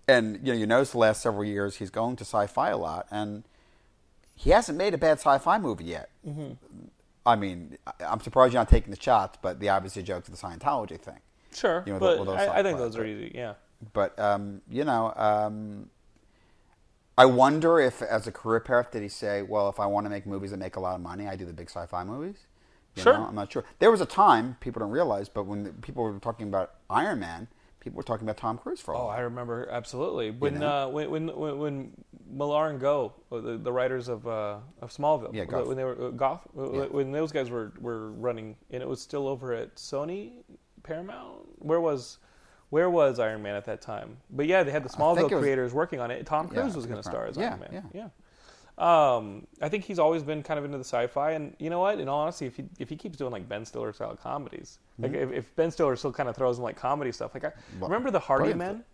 S3: and you know, you notice the last several years he's going to sci-fi a lot, and he hasn't made a bad sci-fi movie yet.
S2: Mm-hmm.
S3: I mean, I- I'm surprised you're not taking the shots, but the obviously joke to the Scientology thing.
S2: Sure,
S3: You know,
S2: but
S3: all those
S2: I, I think
S3: sci-fi,
S2: those are
S3: but-
S2: easy. Yeah,
S3: But um, you know, um, I wonder if, as a career path, did he say, "Well, if I want to make movies that make a lot of money, I do the big sci-fi movies." You
S2: Sure.
S3: know, I'm not sure. There was a time people don't realize, but when people were talking about Iron Man, people were talking about Tom Cruise for a
S2: Oh,
S3: while.
S2: I remember absolutely when uh, when when when, when Millar and Go, uh, the, the writers of uh, of Smallville,
S3: Yeah, Goff.
S2: when they were uh, Goff, uh, when those guys were were running, and it was still over at Sony, Paramount. Where was where was Iron Man at that time? But yeah, they had the Smallville
S3: it was-
S2: creators working on it. Tom
S3: Yeah,
S2: Cruise
S3: I
S2: was
S3: think
S2: going to
S3: it's
S2: star as
S3: Paramount.
S2: Iron
S3: Yeah,
S2: Man. Yeah. Um, I think he's always been kind of into the sci-fi, and you know what? In all honesty, if he if he keeps doing like Ben Stiller style comedies, like if, if Ben Stiller still kind of throws in like comedy stuff, like I
S3: Hmm? Well,
S2: remember the Hardy
S3: brilliant.
S2: Men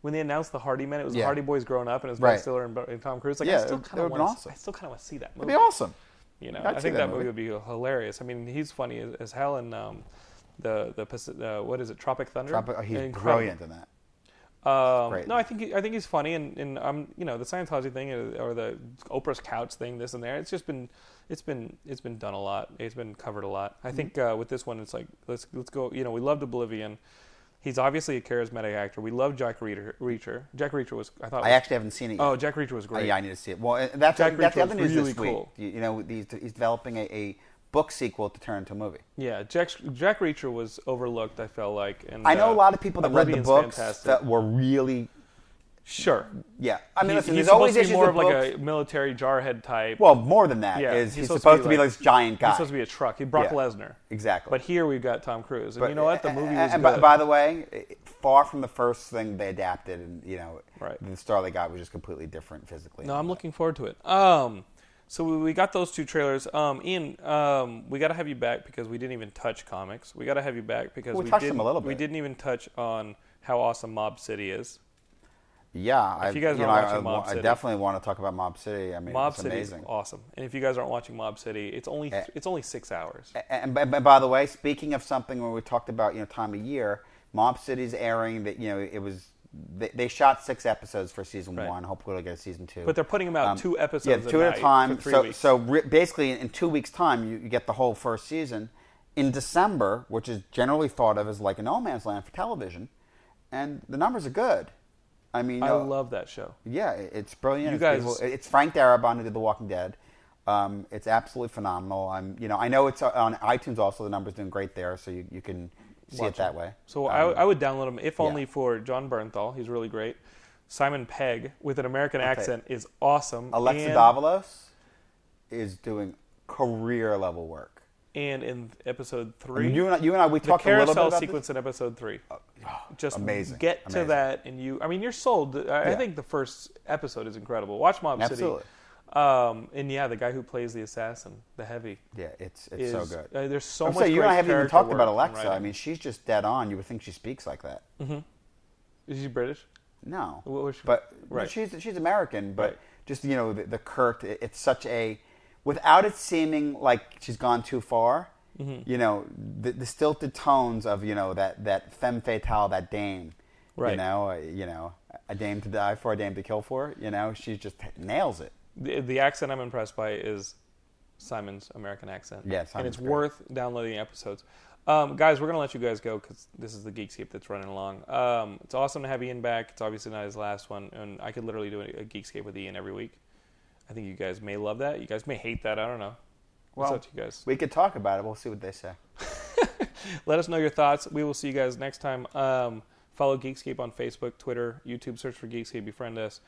S2: when they announced the Hardy Men, it was the
S3: Yeah.
S2: Hardy Boys grown up, and it was Ben
S3: Right.
S2: Stiller and, and Tom Cruise. Like I
S3: Yeah,
S2: still
S3: it-
S2: kind
S3: it
S2: of
S3: would've been
S2: want.
S3: awesome.
S2: I still kind of want to see that
S3: It'd
S2: movie.
S3: be awesome.
S2: You know,
S3: I'd
S2: I
S3: see
S2: think that
S3: that
S2: movie
S3: movie.
S2: would be hilarious. I mean, he's funny as, as hell, and um, the the Paci- uh, what is it, Tropic Thunder?
S3: Drop it- oh, he's
S2: Incredible.
S3: brilliant in that.
S2: Um,
S3: Great.
S2: no, I think he, I think he's funny, and and um, you know, the Scientology thing or, or the Oprah's couch thing, this and there. It's just been, it's been, it's been done a lot. It's been covered a lot.
S3: Mm-hmm.
S2: I think uh, with this one, it's like let's let's go. You know, we loved Oblivion. He's obviously a charismatic actor. We love Jack Reacher. Reacher. Jack Reacher was I thought.
S3: I
S2: was-
S3: actually haven't seen it. Yet.
S2: Oh, Jack Reacher was
S3: Uh,
S2: great.
S3: yeah, I need to see it. Well, and that's,
S2: Jack
S3: that's the
S2: Reacher
S3: other
S2: was
S3: news
S2: really
S3: this week.
S2: cool.
S3: You, you know, he's, he's developing a, a book sequel to turn into a movie.
S2: Yeah, Jack Jack Reacher was overlooked. I felt like, and
S3: I know
S2: uh,
S3: a lot of people that read the
S2: Oblivion's
S3: books
S2: fantastic.
S3: that were really,
S2: sure.
S3: yeah. I mean,
S2: He's,
S3: listen,
S2: he's
S3: there's always
S2: supposed to
S3: issues
S2: be more
S3: with
S2: of like
S3: books.
S2: a military jarhead type.
S3: Well, more than that Uh, is
S2: Yeah,
S3: he's, supposed to be like, this giant guy.
S2: He's supposed to be a truck. He Brock
S3: Yeah,
S2: Lesnar.
S3: exactly.
S2: But here we've got Tom Cruise, and
S3: But-
S2: you know what? The movie
S3: and-
S2: was
S3: and
S2: good.
S3: by, by the way, it- far from the first thing they adapted, and you know,
S2: Right.
S3: the star they got was just completely different physically.
S2: no, I'm looking forward to it. Um, so we, we got those two trailers. Um, Ian, um, we got to have you back because we didn't even touch comics. We got to have you back because
S3: We
S2: we
S3: touched
S2: didn't,
S3: them a little
S2: We
S3: bit.
S2: didn't even touch on how awesome Mob City is.
S3: yeah, I,
S2: you guys
S3: you know,
S2: aren't watching
S3: I, I
S2: Mob
S3: wa- I
S2: City-
S3: definitely want to talk about Mob City. I mean,
S2: Mob
S3: it's
S2: City
S3: amazing. Eh.
S2: is awesome, and if you guys aren't watching Mob City, it's only th- it's only six hours.
S3: And, and, and by the way, speaking of something where we talked about you know time of year, Mob City's airing. That you know it was they, they shot six episodes for season
S2: Right.
S3: one. Hopefully, they'll get a season two. Um,
S2: But they're putting 'em out two episodes
S3: Yeah,
S2: a
S3: two at
S2: night
S3: a time.
S2: for three
S3: so
S2: weeks.
S3: so re- basically, in, in two weeks' time, you, you get the whole first season in December, which is generally thought of as like a no man's land for television, and the numbers are good. I mean,
S2: I
S3: uh,
S2: love that show.
S3: yeah, it- it's brilliant.
S2: You
S3: it's
S2: guys-
S3: beautiful. It- it's Frank Darabont who did The Walking Dead. Um, it's absolutely phenomenal. I'm, you know, I know it's uh, on iTunes also. The numbers doing great there, so you, you can see it that way. Um,
S2: So I, I would download them if only
S3: yeah.
S2: for John Bernthal. He's really great. Simon Pegg with an American accent is awesome.
S3: Alexa
S2: and,
S3: Davalos is doing career level work.
S2: and in episode
S3: I
S2: three,
S3: mean, you and I, you and I we
S2: the
S3: talked a little bit
S2: carousel
S3: about Oh,
S2: sequence in episode three. Just
S3: amazing,
S2: get to
S3: amazing.
S2: that, and you. I mean, you're sold. I, I
S3: Yeah.
S2: think the first episode is incredible. Watch Mob
S3: Absolutely.
S2: City. Um, and yeah, the guy who plays the assassin, the heavy.
S3: This. Yeah, it's it's so
S2: is-
S3: good.
S2: uh, there's so
S3: I'm
S2: much
S3: saying, you and
S2: great
S3: I haven't even
S2: character
S3: talked
S2: work
S3: about
S2: and
S3: Alexa. I
S2: writing.
S3: mean, she's just dead on. You would think she speaks like that.
S2: Is he British?
S3: No,
S2: What was she-
S3: but
S2: Right.
S3: but she's she's American, but
S2: Right.
S3: just you know the, the Kurt. it- it's such a without it seeming like she's gone too far.
S2: Mm-hmm.
S3: You know the, the stilted tones of you know that that femme fatale, that dame.
S2: Right.
S3: You know, uh, you know, a dame to die for, a dame to kill for. You know, she just nails it.
S2: the, the accent I'm impressed by is Simon's American accent.
S3: Yeah,
S2: and
S3: Simon's
S2: it's
S3: great.
S2: worth downloading the episodes. Um, guys, we're gonna let you guys go because this is the Geekscape that's running along. Um, it's awesome to have Ian back. It's obviously not his last one, and I could literally do a, a Geekscape with Ian every week. I think you guys may love that. You guys may hate that. I don't know. What's up to you guys?
S3: We could talk about it. We'll see what they say.
S2: Let us know your thoughts. We will see you guys next time. Um, follow Geekscape on Facebook, Twitter, YouTube. Search for Geekscape. Befriend us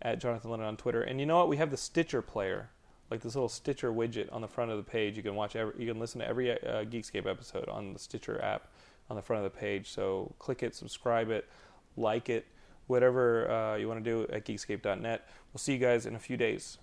S2: at Jonathan Lennon on Twitter. And you know what? We have the Stitcher player, like this little Stitcher widget on the front of the page. You can watch, every, you can listen to every uh, Geekscape episode on the Stitcher app on the front of the page. So click it, subscribe it, like it, whatever uh, you want to do at Geekscape.net. We'll see you guys in a few days.